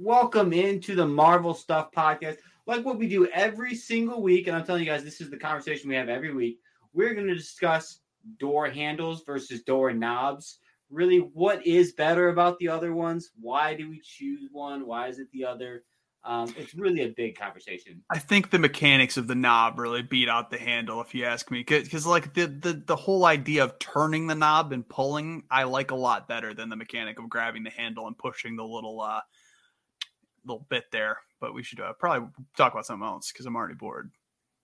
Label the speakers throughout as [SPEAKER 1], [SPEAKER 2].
[SPEAKER 1] Welcome into the Marvel Stuff Podcast. Like what we do every single week, and I'm telling you guys, this is the conversation we have every week. We're going to discuss door handles versus door knobs. Really, what is better about the other ones? Why do we choose one? Why is it the other? Um, it's really a big conversation.
[SPEAKER 2] I think the mechanics of the knob really beat out the handle, if you ask me, because like the, the the whole idea of turning the knob and pulling, I like a lot better than the mechanic of grabbing the handle and pushing the little uh little bit there. But we should uh, probably talk about something else because I'm already bored.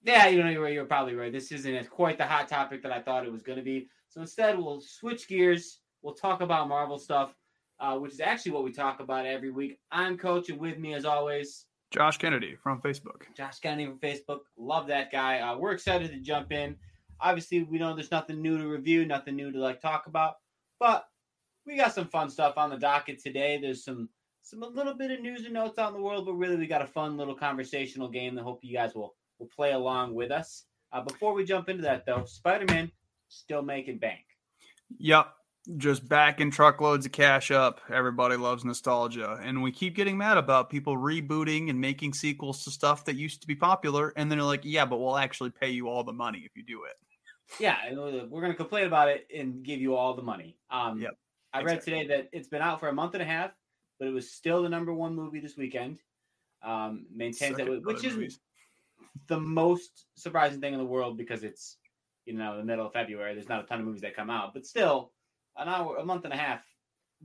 [SPEAKER 1] Yeah, you know, you're, you're probably right. This isn't as quite the hot topic that I thought it was going to be. So instead, we'll switch gears. We'll talk about Marvel stuff, uh, which is actually what we talk about every week. I'm Coach, and with me, as always,
[SPEAKER 2] Josh Kennedy from Facebook.
[SPEAKER 1] Josh Kennedy from Facebook. Love that guy. Uh, we're excited to jump in. Obviously, we know there's nothing new to review, nothing new to like talk about, but we got some fun stuff on the docket today. There's some some a little bit of news and notes out in the world, but really we got a fun little conversational game that hope you guys will will play along with us. Uh, before we jump into that though, Spider Man still making bank.
[SPEAKER 2] Yep. Just backing truckloads of cash up. Everybody loves nostalgia. And we keep getting mad about people rebooting and making sequels to stuff that used to be popular. And then they're like, yeah, but we'll actually pay you all the money if you do it.
[SPEAKER 1] Yeah, and we're gonna complain about it and give you all the money. Um,
[SPEAKER 2] Yep,
[SPEAKER 1] I read
[SPEAKER 2] exactly.
[SPEAKER 1] today that it's been out for a month and a half, but it was still the number one movie this weekend. Um, maintains that,
[SPEAKER 2] Suck it,
[SPEAKER 1] which
[SPEAKER 2] other
[SPEAKER 1] is
[SPEAKER 2] movies.
[SPEAKER 1] the most surprising thing in the world because it's you know the middle of February. There's not a ton of movies that come out, but still, an hour, a month and a half.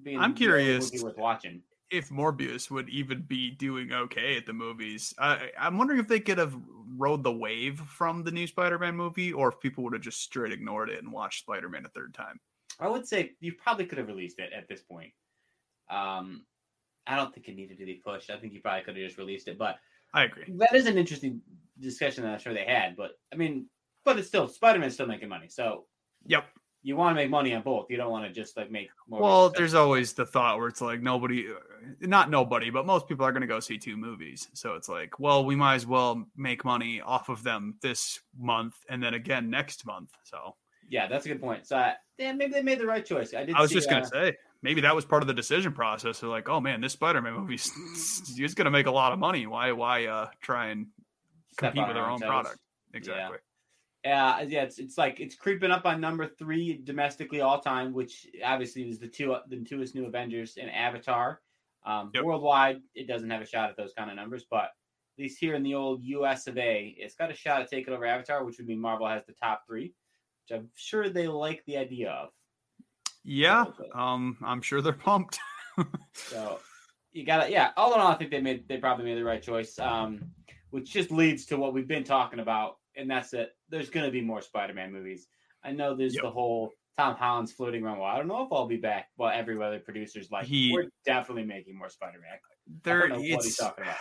[SPEAKER 1] Being
[SPEAKER 2] I'm
[SPEAKER 1] the only
[SPEAKER 2] curious.
[SPEAKER 1] movie worth watching.
[SPEAKER 2] if Morbius would even be doing okay at the movies. I, I'm wondering if they could have rode the wave from the new Spider-Man movie, or if people would have just straight ignored it and watched Spider-Man a third time.
[SPEAKER 1] I would say you probably could have released it at this point. Um, I don't think it needed to be pushed. I think you probably could have just released it, but
[SPEAKER 2] I agree.
[SPEAKER 1] that is an interesting discussion that I'm sure they had. But I mean, but it's still Spider Man's still making money, so
[SPEAKER 2] Yep.
[SPEAKER 1] you want to make money on both. You don't want to just like make more.
[SPEAKER 2] Well, there's always the thought where it's like nobody, uh, not nobody, but most people are going to go see two movies. So it's like, well, we might as well make money off of them this month and then again next month. So
[SPEAKER 1] yeah, that's a good point. So I, yeah, maybe they made the right choice. I did.
[SPEAKER 2] I was
[SPEAKER 1] see,
[SPEAKER 2] just going
[SPEAKER 1] uh,
[SPEAKER 2] to say, maybe that was part of the decision process. They're like, oh man, this Spider-Man movie is going to make a lot of money. Why, why uh, try and
[SPEAKER 1] step
[SPEAKER 2] compete
[SPEAKER 1] on
[SPEAKER 2] with
[SPEAKER 1] our
[SPEAKER 2] their own
[SPEAKER 1] toes.
[SPEAKER 2] product? Exactly.
[SPEAKER 1] Yeah, uh, yeah, it's, it's like it's creeping up on number three domestically all time, which obviously was the two the twoest new Avengers and Avatar. Um,
[SPEAKER 2] Yep.
[SPEAKER 1] Worldwide, it doesn't have a shot at those kind of numbers, but at least here in the old U.S. of A, it's got a shot at taking over Avatar, which would mean Marvel has the top three, which I'm sure they like the idea of.
[SPEAKER 2] Yeah.
[SPEAKER 1] Okay.
[SPEAKER 2] Um, I'm sure they're pumped.
[SPEAKER 1] So you gotta, yeah. All in all, I think they made they probably made the right choice, um, which just leads to what we've been talking about, and that's that there's gonna be more Spider-Man movies. I know there's
[SPEAKER 2] Yep.
[SPEAKER 1] the whole Tom Holland's floating around. Well, I don't know if I'll be back. Well, every other producer's like,
[SPEAKER 2] He-
[SPEAKER 1] we're definitely making more Spider-Man.
[SPEAKER 2] There,
[SPEAKER 1] know what he's
[SPEAKER 2] it's
[SPEAKER 1] talking about.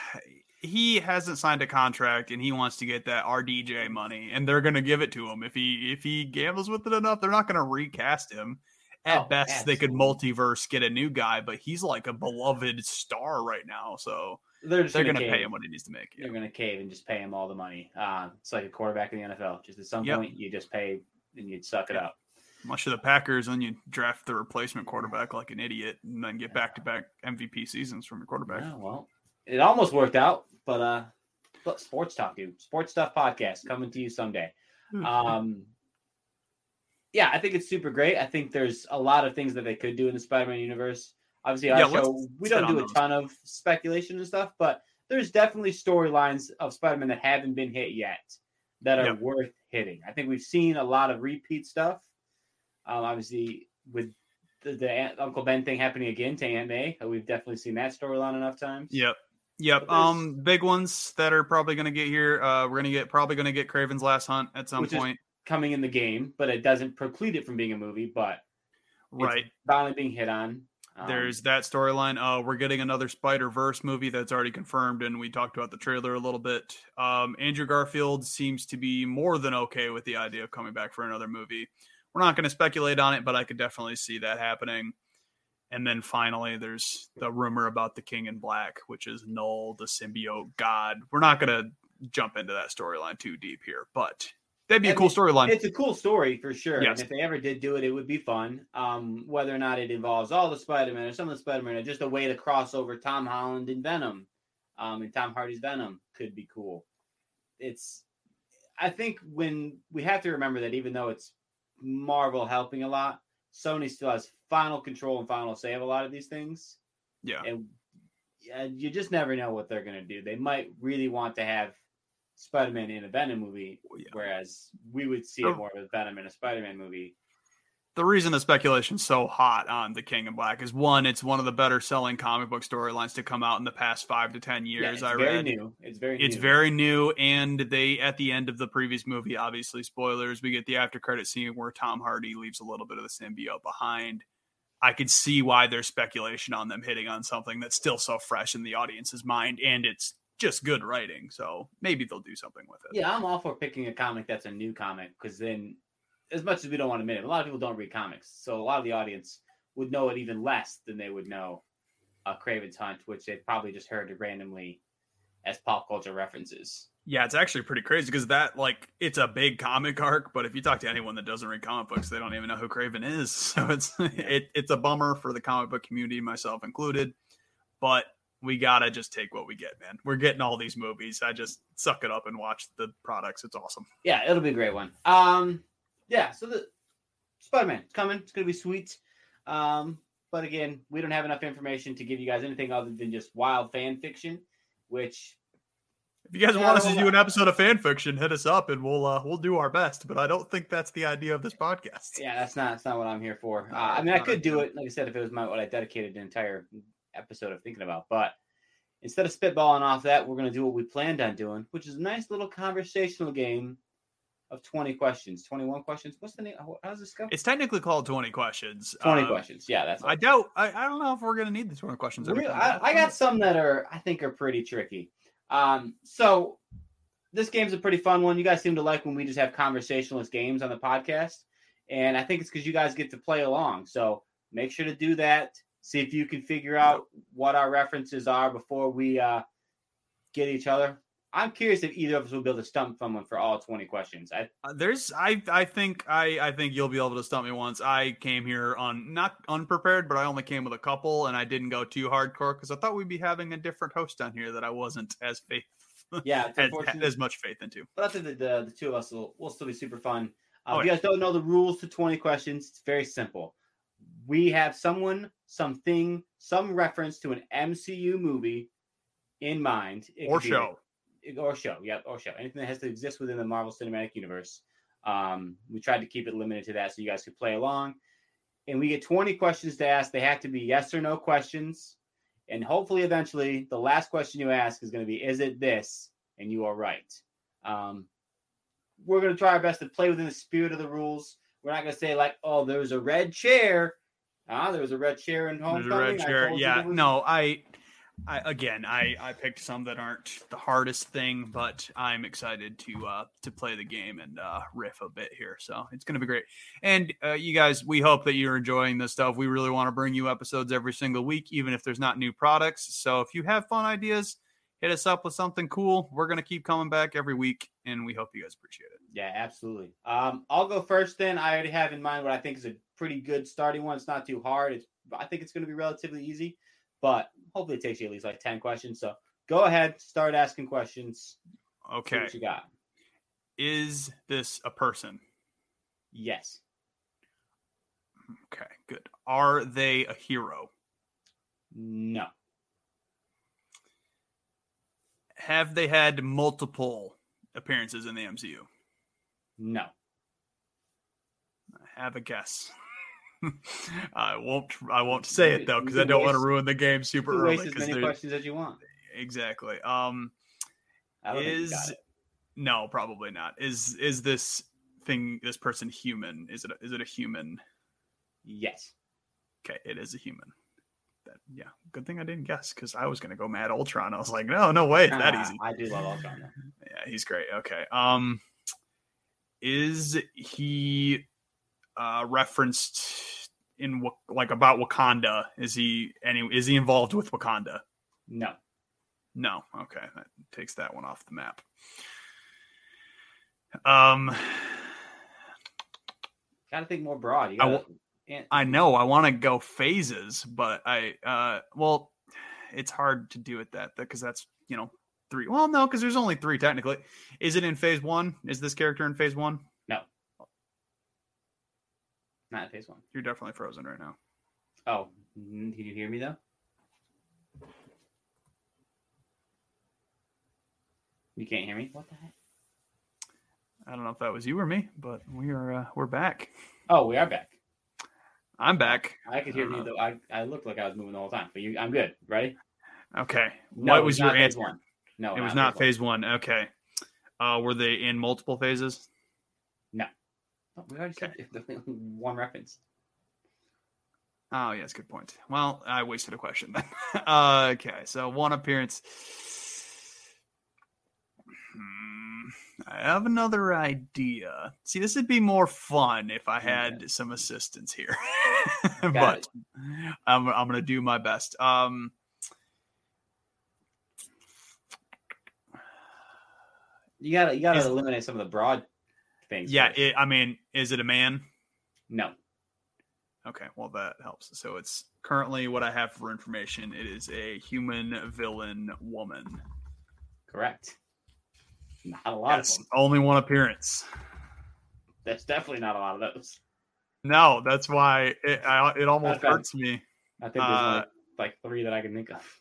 [SPEAKER 2] he hasn't signed a contract and he wants to get that RDJ money, and they're going to give it to him if he if he gambles with it enough. They're not going to recast him. At
[SPEAKER 1] Oh,
[SPEAKER 2] best, they could multiverse get a new guy, but he's like a beloved star right now, so
[SPEAKER 1] They're just
[SPEAKER 2] they're going
[SPEAKER 1] gonna,
[SPEAKER 2] to
[SPEAKER 1] cave.
[SPEAKER 2] pay him what he needs to make.
[SPEAKER 1] They're gonna cave and just pay him all the money. Um, it's like a quarterback in the NFL. Just at some
[SPEAKER 2] Yep.
[SPEAKER 1] point, you just pay and you suck it
[SPEAKER 2] Yep.
[SPEAKER 1] up.
[SPEAKER 2] Much of the Packers, and you draft the replacement quarterback like an idiot, and then get back to back MVP seasons from your quarterback.
[SPEAKER 1] Yeah, well, it almost worked out, but uh, but sports talk, dude. Sports stuff podcast coming to you someday.
[SPEAKER 2] Hmm.
[SPEAKER 1] Um, yeah, I think it's super great. I think there's a lot of things that they could do in the Spider-Man universe. Obviously, our
[SPEAKER 2] Yeah, let's
[SPEAKER 1] show we
[SPEAKER 2] sit
[SPEAKER 1] don't
[SPEAKER 2] on
[SPEAKER 1] do a
[SPEAKER 2] those.
[SPEAKER 1] ton of speculation and stuff, but there's definitely storylines of Spider-Man that haven't been hit yet that are
[SPEAKER 2] Yep.
[SPEAKER 1] worth hitting. I think we've seen a lot of repeat stuff. Um, obviously, with the, the Aunt- Uncle Ben thing happening again to Aunt May, uh, we've definitely seen that storyline enough times.
[SPEAKER 2] Yep.
[SPEAKER 1] But
[SPEAKER 2] Yep.
[SPEAKER 1] there's-
[SPEAKER 2] Um big ones that are probably gonna get here. Uh we're gonna get probably gonna get Craven's Last Hunt at some
[SPEAKER 1] Which is-
[SPEAKER 2] point.
[SPEAKER 1] coming in the game, but it doesn't preclude it from being a movie, but
[SPEAKER 2] right.
[SPEAKER 1] finally being hit on. Um,
[SPEAKER 2] There's that storyline. Uh, we're getting another Spider Verse movie that's already confirmed, and we talked about the trailer a little bit. Um, Andrew Garfield seems to be more than okay with the idea of coming back for another movie. We're not going to speculate on it, but I could definitely see that happening. And then finally, there's the rumor about the King in Black, which is Null, the symbiote god. We're not going to jump into that storyline too deep here, but that'd be a
[SPEAKER 1] I
[SPEAKER 2] cool
[SPEAKER 1] mean,
[SPEAKER 2] storyline.
[SPEAKER 1] It's a cool story for sure.
[SPEAKER 2] Yes.
[SPEAKER 1] And if they ever did do it, it would be fun. Um, whether or not it involves all the Spider-Man or some of the Spider-Man, or just a way to cross over Tom Holland and Venom, um, and Tom Hardy's Venom could be cool. It's, I think when we have to remember that even though it's Marvel helping a lot, Sony still has final control and final say of a lot of these things
[SPEAKER 2] Yeah.
[SPEAKER 1] and uh, you just never know what they're gonna do. They might really want to have Spider-Man in a Venom movie,
[SPEAKER 2] Oh, yeah.
[SPEAKER 1] whereas we would see
[SPEAKER 2] Oh.
[SPEAKER 1] it more of a Venom in a Spider-Man movie.
[SPEAKER 2] the reason the speculation's so hot on the King in Black is one, it's one of the better selling comic book storylines to come out in the past five to ten
[SPEAKER 1] Yeah,
[SPEAKER 2] years.
[SPEAKER 1] it's
[SPEAKER 2] I
[SPEAKER 1] very
[SPEAKER 2] read
[SPEAKER 1] new. It's very
[SPEAKER 2] it's
[SPEAKER 1] new.
[SPEAKER 2] very new, and they at the end of the previous movie, obviously spoilers, we get the after credit scene where Tom Hardy leaves a little bit of the symbiote behind. I could see why there's speculation on them hitting on something that's still so fresh in the audience's mind, and it's just good writing. So maybe they'll do something with it.
[SPEAKER 1] Yeah, I'm all for picking a comic that's a new comic because then, as much as we don't want to admit it, a lot of people don't read comics, so a lot of the audience would know it even less than they would know uh, Craven's Hunt, which they probably just heard randomly as pop culture references.
[SPEAKER 2] Yeah, it's actually pretty crazy because that like it's a big comic arc, but if you talk to anyone that doesn't read comic books, they don't even know who Craven is. So it's it, it's a bummer for the comic book community, myself included. But we gotta just take what we get, man. We're getting all these movies. I just suck it up and watch the products. It's awesome.
[SPEAKER 1] yeah, it'll be a great one. Um, yeah, so the Spider Man coming. It's gonna be sweet. Um, but again, we don't have enough information to give you guys anything other than just wild fan fiction, which
[SPEAKER 2] If you guys
[SPEAKER 1] Yeah,
[SPEAKER 2] want us to
[SPEAKER 1] well,
[SPEAKER 2] do an episode of fan fiction, hit us up and we'll uh, we'll do our best. But I don't think that's the idea of this podcast.
[SPEAKER 1] yeah, that's not that's not what I'm here for. Uh,
[SPEAKER 2] No,
[SPEAKER 1] I mean, I
[SPEAKER 2] not
[SPEAKER 1] could
[SPEAKER 2] ideal.
[SPEAKER 1] do it, like I said, if it was my what I dedicated an entire episode of thinking about. But instead of spitballing off that, we're gonna do what we planned on doing, which is a nice little conversational game of 20 questions, 21 questions. What's the name? How, how does this go?
[SPEAKER 2] It's technically called Twenty Questions.
[SPEAKER 1] 20
[SPEAKER 2] Um,
[SPEAKER 1] questions. Yeah, that's what
[SPEAKER 2] I doubt. I, I don't know if we're gonna need the twenty questions. every
[SPEAKER 1] Real-
[SPEAKER 2] time.
[SPEAKER 1] I, I got some that are I think are pretty tricky. Um, so this game's a pretty fun one. You guys seem to like when we just have conversationalist games on the podcast, and I think it's because you guys get to play along. So make sure to do that. See if you can figure out what our references are before we uh, get each other. I'm curious if either of us will be able to stump someone for all 20 questions. I
[SPEAKER 2] Uh, There's, I, I think, I, I think you'll be able to stump me once. I came here on not unprepared, but I only came with a couple, and I didn't go too hardcore because I thought we'd be having a different host on here that I wasn't as faith,
[SPEAKER 1] yeah, it's
[SPEAKER 2] as,
[SPEAKER 1] unfortunate.
[SPEAKER 2] as much faith into.
[SPEAKER 1] But I think that the, the two of us will, will still be super fun. Uh,
[SPEAKER 2] Oh,
[SPEAKER 1] if you guys don't know the rules to 20 questions, it's very simple. We have someone, something, some reference to an MCU movie in mind. It
[SPEAKER 2] Or
[SPEAKER 1] could be-
[SPEAKER 2] show,
[SPEAKER 1] or show. Yep, or show. Anything that has to exist within the Marvel Cinematic Universe. Um, we tried to keep it limited to that so you guys could play along. And we get 20 questions to ask. They have to be yes or no questions. And hopefully, eventually, the last question you ask is going to be, Is it this? And you are right. Um, we're going to try our best to play within the spirit of the rules. We're not going to say, like, Oh, there's a red chair. Ah, there was a red chair in
[SPEAKER 2] there's
[SPEAKER 1] Homecoming.
[SPEAKER 2] a red
[SPEAKER 1] I
[SPEAKER 2] chair.
[SPEAKER 1] told you
[SPEAKER 2] Yeah,
[SPEAKER 1] there was-
[SPEAKER 2] no, I, I again, I, I picked some that aren't the hardest thing, but I'm excited to, uh, to play the game and uh, riff a bit here. So it's gonna be great. And uh, you guys, we hope that you're enjoying this stuff. We really want to bring you episodes every single week, even if there's not new products. So if you have fun ideas, hit us up with something cool. We're going to keep coming back every week, and we hope you guys appreciate it.
[SPEAKER 1] Yeah, absolutely. Um, I'll go first then. I already have in mind what I think is a pretty good starting one. It's not too hard. It's I think it's going to be relatively easy, but hopefully it takes you at least like 10 questions. So go ahead, start asking questions. See
[SPEAKER 2] Okay.
[SPEAKER 1] what you got?
[SPEAKER 2] Is this a person?
[SPEAKER 1] Yes.
[SPEAKER 2] Okay, good. Are they a hero?
[SPEAKER 1] No.
[SPEAKER 2] Have they had multiple appearances in the MCU?
[SPEAKER 1] No.
[SPEAKER 2] I have a guess. I won't. I won't say it though,
[SPEAKER 1] You
[SPEAKER 2] because
[SPEAKER 1] can
[SPEAKER 2] I don't want to
[SPEAKER 1] waste-
[SPEAKER 2] ruin the game
[SPEAKER 1] You
[SPEAKER 2] super
[SPEAKER 1] can
[SPEAKER 2] early.
[SPEAKER 1] waste as
[SPEAKER 2] 'cause
[SPEAKER 1] many
[SPEAKER 2] there-
[SPEAKER 1] questions as you want.
[SPEAKER 2] exactly. Um,
[SPEAKER 1] I don't think you got
[SPEAKER 2] is
[SPEAKER 1] it.
[SPEAKER 2] no probably not is is this thing this person human is it a, is it a human
[SPEAKER 1] Yes.
[SPEAKER 2] okay it is a human that, yeah, good thing I didn't guess because I was gonna go Mad Ultron. I was like, no, no way, it's that
[SPEAKER 1] Ah,
[SPEAKER 2] easy.
[SPEAKER 1] I do love Ultron. though.
[SPEAKER 2] Yeah, he's great. Okay. Um is he uh referenced in Wa- like about Wakanda? Is he any is he involved with Wakanda?
[SPEAKER 1] No,
[SPEAKER 2] No. Okay. That takes that one off the map. Um
[SPEAKER 1] gotta think more broad. You
[SPEAKER 2] I
[SPEAKER 1] gotta, and-
[SPEAKER 2] I know I want to go phases, but I uh well it's hard to do it that because that's, you know, three. Well, no, cuz there's only three technically. Is it in phase 1? Is this character in phase 1?
[SPEAKER 1] not in phase one.
[SPEAKER 2] You're definitely frozen right now.
[SPEAKER 1] Oh, mm, can you hear me though? You can't hear me. What the heck?
[SPEAKER 2] I don't know if that was you or me, but we are uh, we're back.
[SPEAKER 1] Oh, we are back.
[SPEAKER 2] I'm back.
[SPEAKER 1] I could hear you
[SPEAKER 2] Uh-huh.
[SPEAKER 1] though. I, I looked like I was moving the whole time, but you, I'm good. Ready?
[SPEAKER 2] Okay.
[SPEAKER 1] No,
[SPEAKER 2] what
[SPEAKER 1] it
[SPEAKER 2] was your
[SPEAKER 1] not phase
[SPEAKER 2] answer?
[SPEAKER 1] One. No,
[SPEAKER 2] It was not
[SPEAKER 1] phase.
[SPEAKER 2] phase one. Okay. Uh, were they in multiple phases?
[SPEAKER 1] one. Oh, we already said one reference.
[SPEAKER 2] Oh yes, good point. Well, I wasted a question then. uh, okay, so one appearance. Hmm, I have another idea. See, this would be more fun if I had some assistance here, but
[SPEAKER 1] it.
[SPEAKER 2] I'm I'm gonna do my best. Um,
[SPEAKER 1] You gotta you gotta
[SPEAKER 2] Is-
[SPEAKER 1] eliminate some of the broad things.
[SPEAKER 2] yeah,
[SPEAKER 1] first.
[SPEAKER 2] it, I mean, is it a man?
[SPEAKER 1] no.
[SPEAKER 2] Okay, well that helps. So it's currently what I have for information. It is a human villain woman.
[SPEAKER 1] Correct. Not a lot
[SPEAKER 2] Yes,
[SPEAKER 1] of them.
[SPEAKER 2] only one appearance.
[SPEAKER 1] There's definitely not a lot of those.
[SPEAKER 2] No, that's why it I, it almost
[SPEAKER 1] Okay.
[SPEAKER 2] hurts me.
[SPEAKER 1] I think there's
[SPEAKER 2] Uh,
[SPEAKER 1] like, like three that I can think of.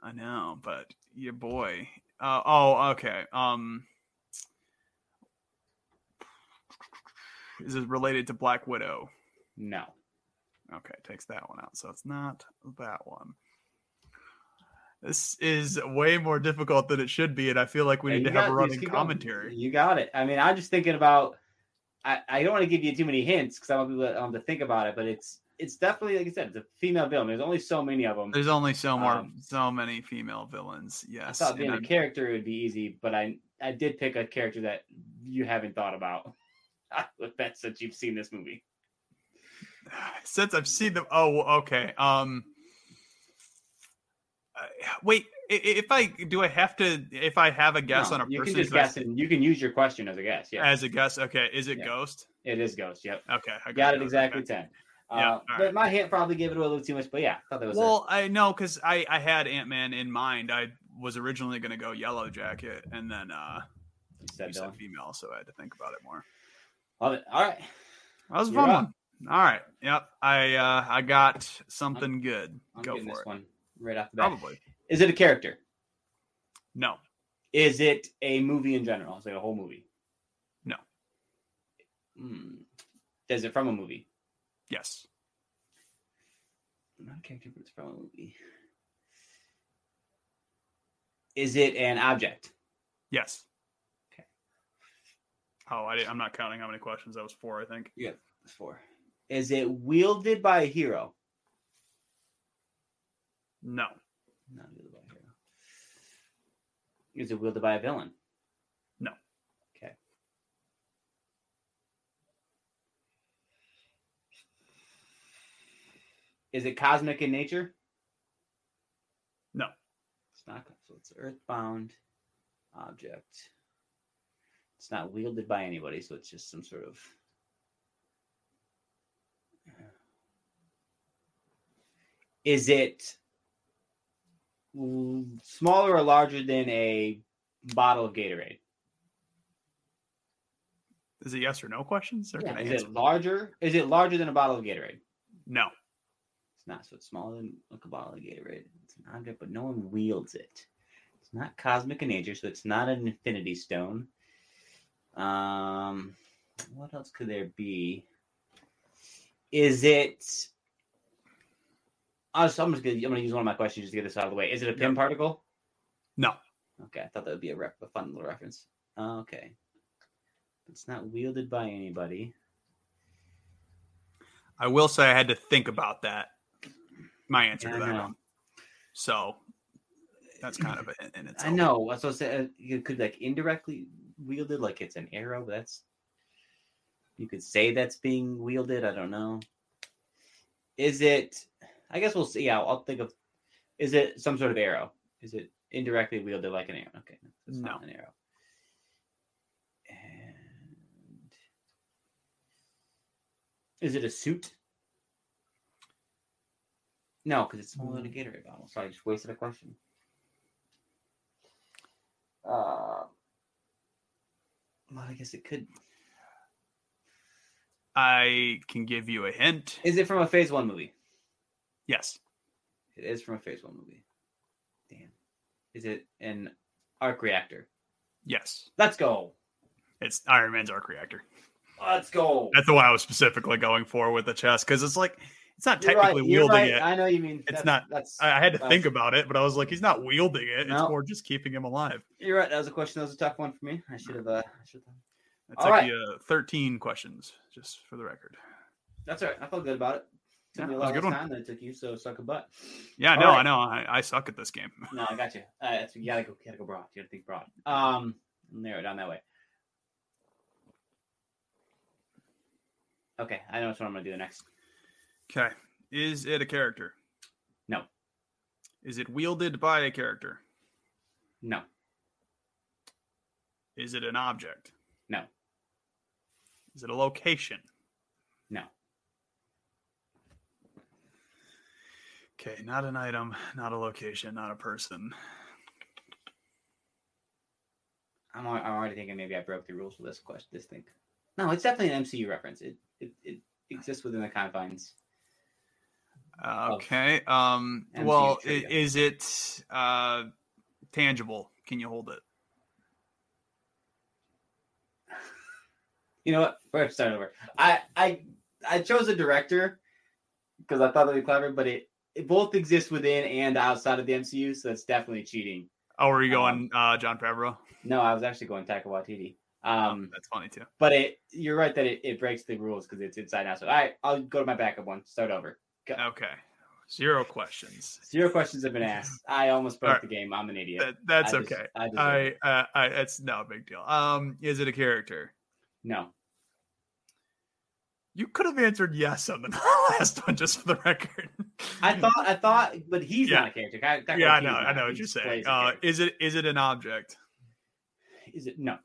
[SPEAKER 2] I know, but your boy. Uh, oh, okay. Um, is it related to Black Widow?
[SPEAKER 1] No.
[SPEAKER 2] Okay, it takes that one out, so it's not that one. This is way more difficult than it should be, and I feel like we
[SPEAKER 1] Yeah,
[SPEAKER 2] need
[SPEAKER 1] you
[SPEAKER 2] to have
[SPEAKER 1] got-
[SPEAKER 2] a
[SPEAKER 1] you
[SPEAKER 2] running
[SPEAKER 1] keep going.
[SPEAKER 2] commentary.
[SPEAKER 1] You got it. I mean, I'm just thinking about. I, I don't want to give you too many hints because I want people to, um, to think about it, but it's it's definitely like I said, it's a female villain. There's only so many of them.
[SPEAKER 2] There's only so more,
[SPEAKER 1] Um,
[SPEAKER 2] so many female villains.
[SPEAKER 1] I
[SPEAKER 2] Yes,
[SPEAKER 1] thought
[SPEAKER 2] and
[SPEAKER 1] being a
[SPEAKER 2] I'm-
[SPEAKER 1] character would be easy, but I I did pick a character that you haven't thought about. I would bet since you've seen this movie.
[SPEAKER 2] since I've seen them. Oh, well, okay. Um, uh, wait. i- i- If I do, I have to. If I have a guess
[SPEAKER 1] No,
[SPEAKER 2] on a
[SPEAKER 1] you
[SPEAKER 2] person
[SPEAKER 1] can just
[SPEAKER 2] do I-
[SPEAKER 1] guess and you can use your question as a guess. Yeah,
[SPEAKER 2] as a guess, okay, is it
[SPEAKER 1] Yeah.
[SPEAKER 2] Ghost?
[SPEAKER 1] it is Ghost. Yep,
[SPEAKER 2] Okay, I
[SPEAKER 1] got it
[SPEAKER 2] Ghost,
[SPEAKER 1] exactly
[SPEAKER 2] okay.
[SPEAKER 1] ten. Uh,
[SPEAKER 2] Yeah, all
[SPEAKER 1] But
[SPEAKER 2] right.
[SPEAKER 1] my hint probably gave it a little too much. But yeah, I thought that was a-
[SPEAKER 2] Well, I know because I I had Ant Man in mind. I was originally gonna go Yellow Jacket, and then uh,
[SPEAKER 1] you said
[SPEAKER 2] you said
[SPEAKER 1] Dylan.
[SPEAKER 2] female, so I had to think about it more.
[SPEAKER 1] Love it. All right.
[SPEAKER 2] That was a
[SPEAKER 1] You're
[SPEAKER 2] fun
[SPEAKER 1] up.
[SPEAKER 2] one. All right. Yep. I uh, I got something good.
[SPEAKER 1] I'm
[SPEAKER 2] go
[SPEAKER 1] getting
[SPEAKER 2] for
[SPEAKER 1] this
[SPEAKER 2] it.
[SPEAKER 1] one right off the bat.
[SPEAKER 2] Probably
[SPEAKER 1] Is it a character?
[SPEAKER 2] no.
[SPEAKER 1] Is it a movie in general? Is it a whole movie?
[SPEAKER 2] No.
[SPEAKER 1] Hmm. Is it from a movie?
[SPEAKER 2] Yes.
[SPEAKER 1] Not a character, but it's from a movie. Is it an object?
[SPEAKER 2] Yes. Oh, I didn't, I'm not counting how many questions. That was four, I think.
[SPEAKER 1] It's four. Is it wielded by a hero?
[SPEAKER 2] No,
[SPEAKER 1] Not wielded by a hero. Is it wielded by a villain?
[SPEAKER 2] No.
[SPEAKER 1] Okay. Is it cosmic in nature?
[SPEAKER 2] No.
[SPEAKER 1] It's not. So it's earthbound object. It's not wielded by anybody, so it's just some sort of. uh, Is it l- smaller or larger than a bottle of Gatorade?
[SPEAKER 2] is it yes or no questions? Or can I
[SPEAKER 1] Is
[SPEAKER 2] answer?
[SPEAKER 1] it larger? Is it larger than a bottle of Gatorade?
[SPEAKER 2] No,
[SPEAKER 1] It's not. So it's smaller than like a bottle of Gatorade. It's an object, but no one wields it. It's not cosmic in nature, so it's not an infinity stone. Um, what else could there be? Is it? I was- I'm just gonna. I'm gonna use one of my questions just to get this out of the way. Is it a pin particle?
[SPEAKER 2] no,
[SPEAKER 1] Okay, I thought that would be a, ref- a fun little reference. Uh, okay, it's not wielded by anybody.
[SPEAKER 2] I will say I had to think about that. my answer
[SPEAKER 1] Yeah,
[SPEAKER 2] to
[SPEAKER 1] I
[SPEAKER 2] that
[SPEAKER 1] know.
[SPEAKER 2] one. So that's kind of it in itself.
[SPEAKER 1] I know. That's what I said. uh, You could like indirectly wield it like it's an arrow. but That's you could say that's being wielded. I don't know. Is it? I guess we'll see. Yeah, I'll think of. Is it some sort of arrow? Is it indirectly wielded like an arrow? Okay, it's not an arrow. And is it a suit? No, because it's smaller than a Gatorade bottle. So I just wasted a question. Uh, well, I guess it could.
[SPEAKER 2] I can give you a hint.
[SPEAKER 1] Is it from a Phase One movie?
[SPEAKER 2] Yes.
[SPEAKER 1] It is from a Phase One movie. Damn. Is it an arc reactor?
[SPEAKER 2] Yes.
[SPEAKER 1] Let's go.
[SPEAKER 2] It's Iron Man's arc reactor.
[SPEAKER 1] Let's go.
[SPEAKER 2] That's the one I was specifically going for with the chest because it's like it's not
[SPEAKER 1] You're
[SPEAKER 2] technically
[SPEAKER 1] right, you're
[SPEAKER 2] wielding
[SPEAKER 1] right.
[SPEAKER 2] it. I,
[SPEAKER 1] I know you mean. that's-
[SPEAKER 2] not-
[SPEAKER 1] That's.
[SPEAKER 2] I had to
[SPEAKER 1] that's-
[SPEAKER 2] think about it, but I was like, he's not wielding it. It's
[SPEAKER 1] No.
[SPEAKER 2] more just keeping him alive.
[SPEAKER 1] You're right. That was a question. That was a tough one for me. I should have. Uh, I should have.
[SPEAKER 2] That's
[SPEAKER 1] All
[SPEAKER 2] like
[SPEAKER 1] right.
[SPEAKER 2] the, uh, thirteen questions, just for the record.
[SPEAKER 1] That's all right. I felt good about it. Took
[SPEAKER 2] Yeah,
[SPEAKER 1] me a
[SPEAKER 2] that was
[SPEAKER 1] lot
[SPEAKER 2] a good
[SPEAKER 1] less
[SPEAKER 2] one.
[SPEAKER 1] time than it took you, so suck a butt.
[SPEAKER 2] Yeah,
[SPEAKER 1] All
[SPEAKER 2] no,
[SPEAKER 1] right.
[SPEAKER 2] I know. I, I suck at this game.
[SPEAKER 1] No, I got you. Uh, that's, you gotta go. You gotta go broad. You gotta think broad. Um, narrow it down that way. Okay, I know what I'm gonna do next.
[SPEAKER 2] Okay. Is it a character?
[SPEAKER 1] No.
[SPEAKER 2] Is it wielded by a character?
[SPEAKER 1] No,
[SPEAKER 2] Is it an object?
[SPEAKER 1] No.
[SPEAKER 2] Is it a location?
[SPEAKER 1] No.
[SPEAKER 2] Okay, not an item, not a location, not a person.
[SPEAKER 1] I'm, al- I'm already thinking maybe I broke the rules with this question. This thing. No, it's definitely an MCU reference. It it, it exists within the confines.
[SPEAKER 2] Uh,
[SPEAKER 1] Of
[SPEAKER 2] okay. Um.
[SPEAKER 1] MCU
[SPEAKER 2] Well, i-
[SPEAKER 1] trivia.
[SPEAKER 2] is it uh tangible? Can you hold it?
[SPEAKER 1] You know what? First, start over. I I I chose a director because I thought that'd be clever, but it it both exists within and outside of the MCU, so that's definitely cheating.
[SPEAKER 2] Oh, are you
[SPEAKER 1] Um,
[SPEAKER 2] going uh John Favreau? Oh,
[SPEAKER 1] No, I was actually going Taika Waititi. Um,
[SPEAKER 2] That's funny too.
[SPEAKER 1] but it you're right that it, it breaks the rules because it's inside and out. So all right, I'll go to my backup one. Start over.
[SPEAKER 2] Okay. Zero questions.
[SPEAKER 1] Zero questions have been asked. I almost broke
[SPEAKER 2] All right.
[SPEAKER 1] the game. I'm an idiot.
[SPEAKER 2] That, that's
[SPEAKER 1] I just-
[SPEAKER 2] okay.
[SPEAKER 1] I, deserve it.
[SPEAKER 2] I, uh, I it's not a big deal. Um, is it a character?
[SPEAKER 1] no.
[SPEAKER 2] You could have answered yes on the last one, just for the record.
[SPEAKER 1] I thought I thought, but he's
[SPEAKER 2] Yeah.
[SPEAKER 1] not a character. Taika
[SPEAKER 2] yeah, I
[SPEAKER 1] Waititi's
[SPEAKER 2] know, I
[SPEAKER 1] not.
[SPEAKER 2] know
[SPEAKER 1] He
[SPEAKER 2] what you're
[SPEAKER 1] just
[SPEAKER 2] saying.
[SPEAKER 1] plays a
[SPEAKER 2] Uh,
[SPEAKER 1] character.
[SPEAKER 2] is it is it an object?
[SPEAKER 1] is it no?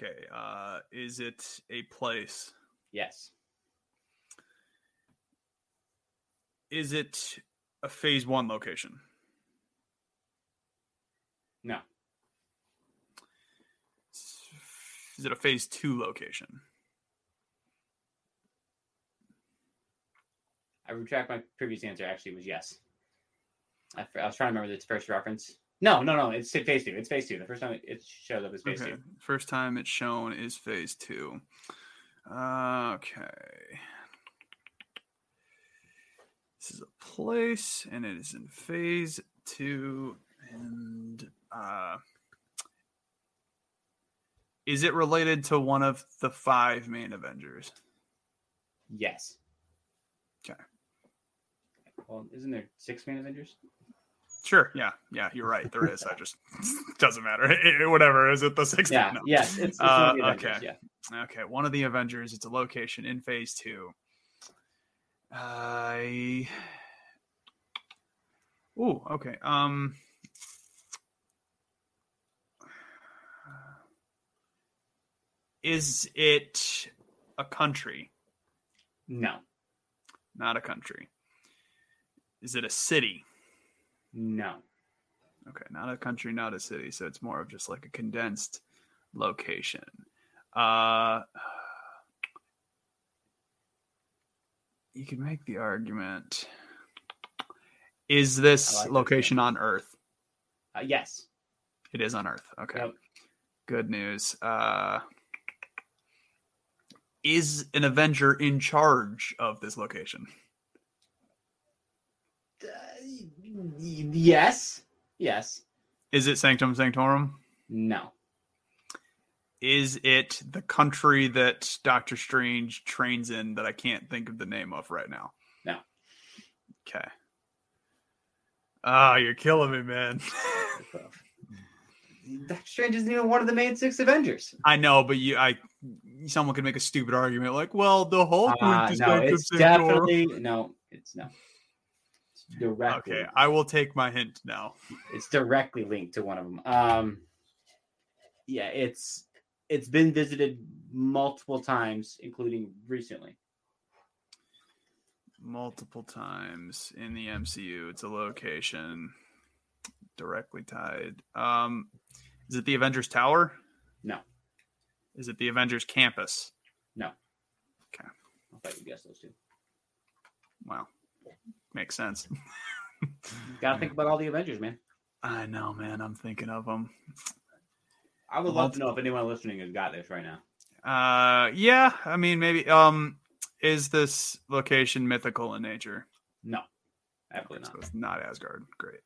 [SPEAKER 2] Okay. Uh, is it a place?
[SPEAKER 1] Yes.
[SPEAKER 2] Is it a phase one location?
[SPEAKER 1] No.
[SPEAKER 2] S- Is it a phase two location?
[SPEAKER 1] I retract my previous answer. Actually, was yes. I, f- I was trying to remember the first reference. No, no, no. It's phase two. It's phase two. The first time it- it shows up is phase
[SPEAKER 2] Okay.
[SPEAKER 1] two.
[SPEAKER 2] First time it's shown is phase two. Uh, okay. This is a place and it is in phase two. And uh, is it related to one of the five main Avengers?
[SPEAKER 1] Yes.
[SPEAKER 2] Okay.
[SPEAKER 1] Well, isn't there six main Avengers?
[SPEAKER 2] Sure. Yeah. Yeah. You're right. There is. I just doesn't matter. It- it- whatever. Is it the sixth?
[SPEAKER 1] Yeah.
[SPEAKER 2] No.
[SPEAKER 1] Yes. It's, it's
[SPEAKER 2] Uh,
[SPEAKER 1] one of the Avengers,
[SPEAKER 2] okay.
[SPEAKER 1] Yeah.
[SPEAKER 2] Okay, one of the Avengers. It's a location in Phase Two. I. Ooh, okay. Um. Is it a country?
[SPEAKER 1] No.
[SPEAKER 2] Not a country. Is it a city?
[SPEAKER 1] No.
[SPEAKER 2] Okay, not a country, not a city. So it's more of just like a condensed location. Uh, you could make the argument. Is
[SPEAKER 1] I
[SPEAKER 2] this
[SPEAKER 1] like this
[SPEAKER 2] location on Earth?
[SPEAKER 1] Uh, yes.
[SPEAKER 2] It is on Earth. Okay.
[SPEAKER 1] Yep.
[SPEAKER 2] Good news. Uh, is an Avenger in charge of this location?
[SPEAKER 1] Uh, y- y- yes. Yes.
[SPEAKER 2] Is it Sanctum Sanctorum?
[SPEAKER 1] No.
[SPEAKER 2] Is it the country that Doctor Strange trains in that I can't think of the name of right now?
[SPEAKER 1] No.
[SPEAKER 2] Okay. Oh, you're killing me, man.
[SPEAKER 1] Doctor Strange isn't even one of the main six Avengers.
[SPEAKER 2] I know, but you, I, someone could make a stupid argument like, well, the Hulk.
[SPEAKER 1] Uh,
[SPEAKER 2] would just
[SPEAKER 1] no,
[SPEAKER 2] make a
[SPEAKER 1] it's
[SPEAKER 2] big
[SPEAKER 1] definitely no. It's no. It's
[SPEAKER 2] door.
[SPEAKER 1] directly.
[SPEAKER 2] Okay, I will take my hint now.
[SPEAKER 1] It's directly linked to one of them. Um, yeah, it's it's been visited multiple times, including recently.
[SPEAKER 2] Multiple times in the MCU, it's a location directly tied. Um, is it the Avengers Tower?
[SPEAKER 1] No.
[SPEAKER 2] Is it the Avengers Campus?
[SPEAKER 1] I thought you guessed those two.
[SPEAKER 2] Wow, makes sense.
[SPEAKER 1] Got to think about all the Avengers, man.
[SPEAKER 2] I know, man. I'm thinking of them.
[SPEAKER 1] I would love to know if anyone listening has got this right now.
[SPEAKER 2] Uh, yeah. I mean, maybe. Um, is this location mythical in nature?
[SPEAKER 1] No, absolutely
[SPEAKER 2] So
[SPEAKER 1] not.
[SPEAKER 2] it's not Asgard. Great.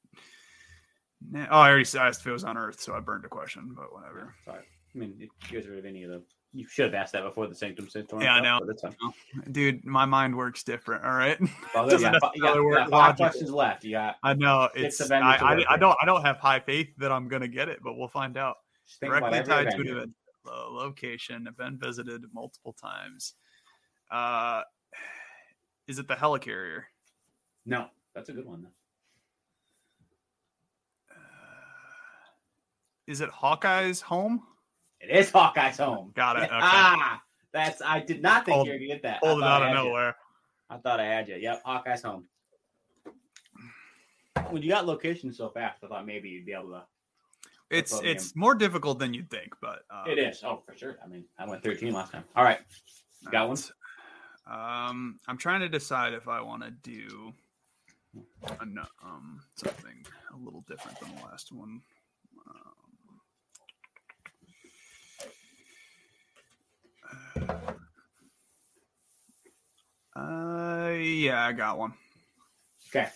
[SPEAKER 2] Na- Oh, I already asked if it was on Earth, so I burned a question, but whatever.
[SPEAKER 1] Sorry. I mean, if you guys rid of any of the. You should have asked that before the Sanctum Sanctorum.
[SPEAKER 2] Yeah, I
[SPEAKER 1] stuff,
[SPEAKER 2] know.
[SPEAKER 1] but That's fine.
[SPEAKER 2] Dude, my mind works different. All right.
[SPEAKER 1] Well, you
[SPEAKER 2] Doesn't
[SPEAKER 1] got, you got,
[SPEAKER 2] necessarily
[SPEAKER 1] you
[SPEAKER 2] work
[SPEAKER 1] got five
[SPEAKER 2] logically.
[SPEAKER 1] questions left. You got.
[SPEAKER 2] I know
[SPEAKER 1] It's
[SPEAKER 2] it's.
[SPEAKER 1] a venue
[SPEAKER 2] I,
[SPEAKER 1] to
[SPEAKER 2] I,
[SPEAKER 1] work
[SPEAKER 2] I
[SPEAKER 1] with.
[SPEAKER 2] don't. I don't have high faith that I'm going to get it, but we'll find out.
[SPEAKER 1] Just think about
[SPEAKER 2] Directly
[SPEAKER 1] every
[SPEAKER 2] tied to an
[SPEAKER 1] Avenger.
[SPEAKER 2] event, lo- uh, location, event visited multiple times. Uh, is it the helicarrier?
[SPEAKER 1] No, that's a good one. Though.
[SPEAKER 2] Uh, Is it Hawkeye's home?
[SPEAKER 1] It is Hawkeye's home.
[SPEAKER 2] Got it, okay.
[SPEAKER 1] Ah, that's. I did not think
[SPEAKER 2] Pulled-
[SPEAKER 1] you were gonna get that. I
[SPEAKER 2] Pulled it
[SPEAKER 1] thought
[SPEAKER 2] out
[SPEAKER 1] I
[SPEAKER 2] of
[SPEAKER 1] had you.
[SPEAKER 2] nowhere.
[SPEAKER 1] I thought I had you. Yep, Hawkeye's home. When you got location so fast, I thought maybe you'd be able to.
[SPEAKER 2] It's
[SPEAKER 1] Pulled it
[SPEAKER 2] it's more difficult than you'd think, but uh,
[SPEAKER 1] It is. Oh, for sure. I mean, I went 13 last time. All right. You got one?
[SPEAKER 2] Um, I'm trying to decide if I want to do an, um something a little different than the last one. Um, Um, uh, yeah, I got one.
[SPEAKER 1] Okay.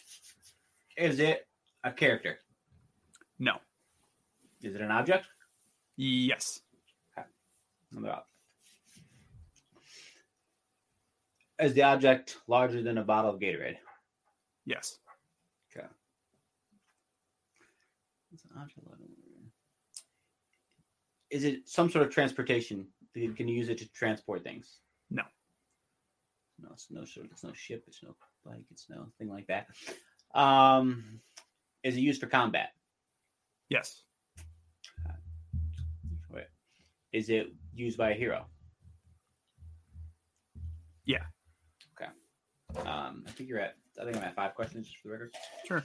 [SPEAKER 1] Is it a character?
[SPEAKER 2] No.
[SPEAKER 1] Is it an object?
[SPEAKER 2] Yes.
[SPEAKER 1] Another object. Is the object larger than a bottle of Gatorade?
[SPEAKER 2] Yes.
[SPEAKER 1] It's an object larger than a- Is it some sort of transportation? Can can you use it to transport things?
[SPEAKER 2] No.
[SPEAKER 1] No, it's no sort. It's no ship. It's no bike. It's no thing like that. Um, is it used for combat?
[SPEAKER 2] Yes.
[SPEAKER 1] Wait. Is it used by a hero?
[SPEAKER 2] Yeah.
[SPEAKER 1] Okay. Um, I think you're at. I think I'm at five questions just for the record.
[SPEAKER 2] Sure.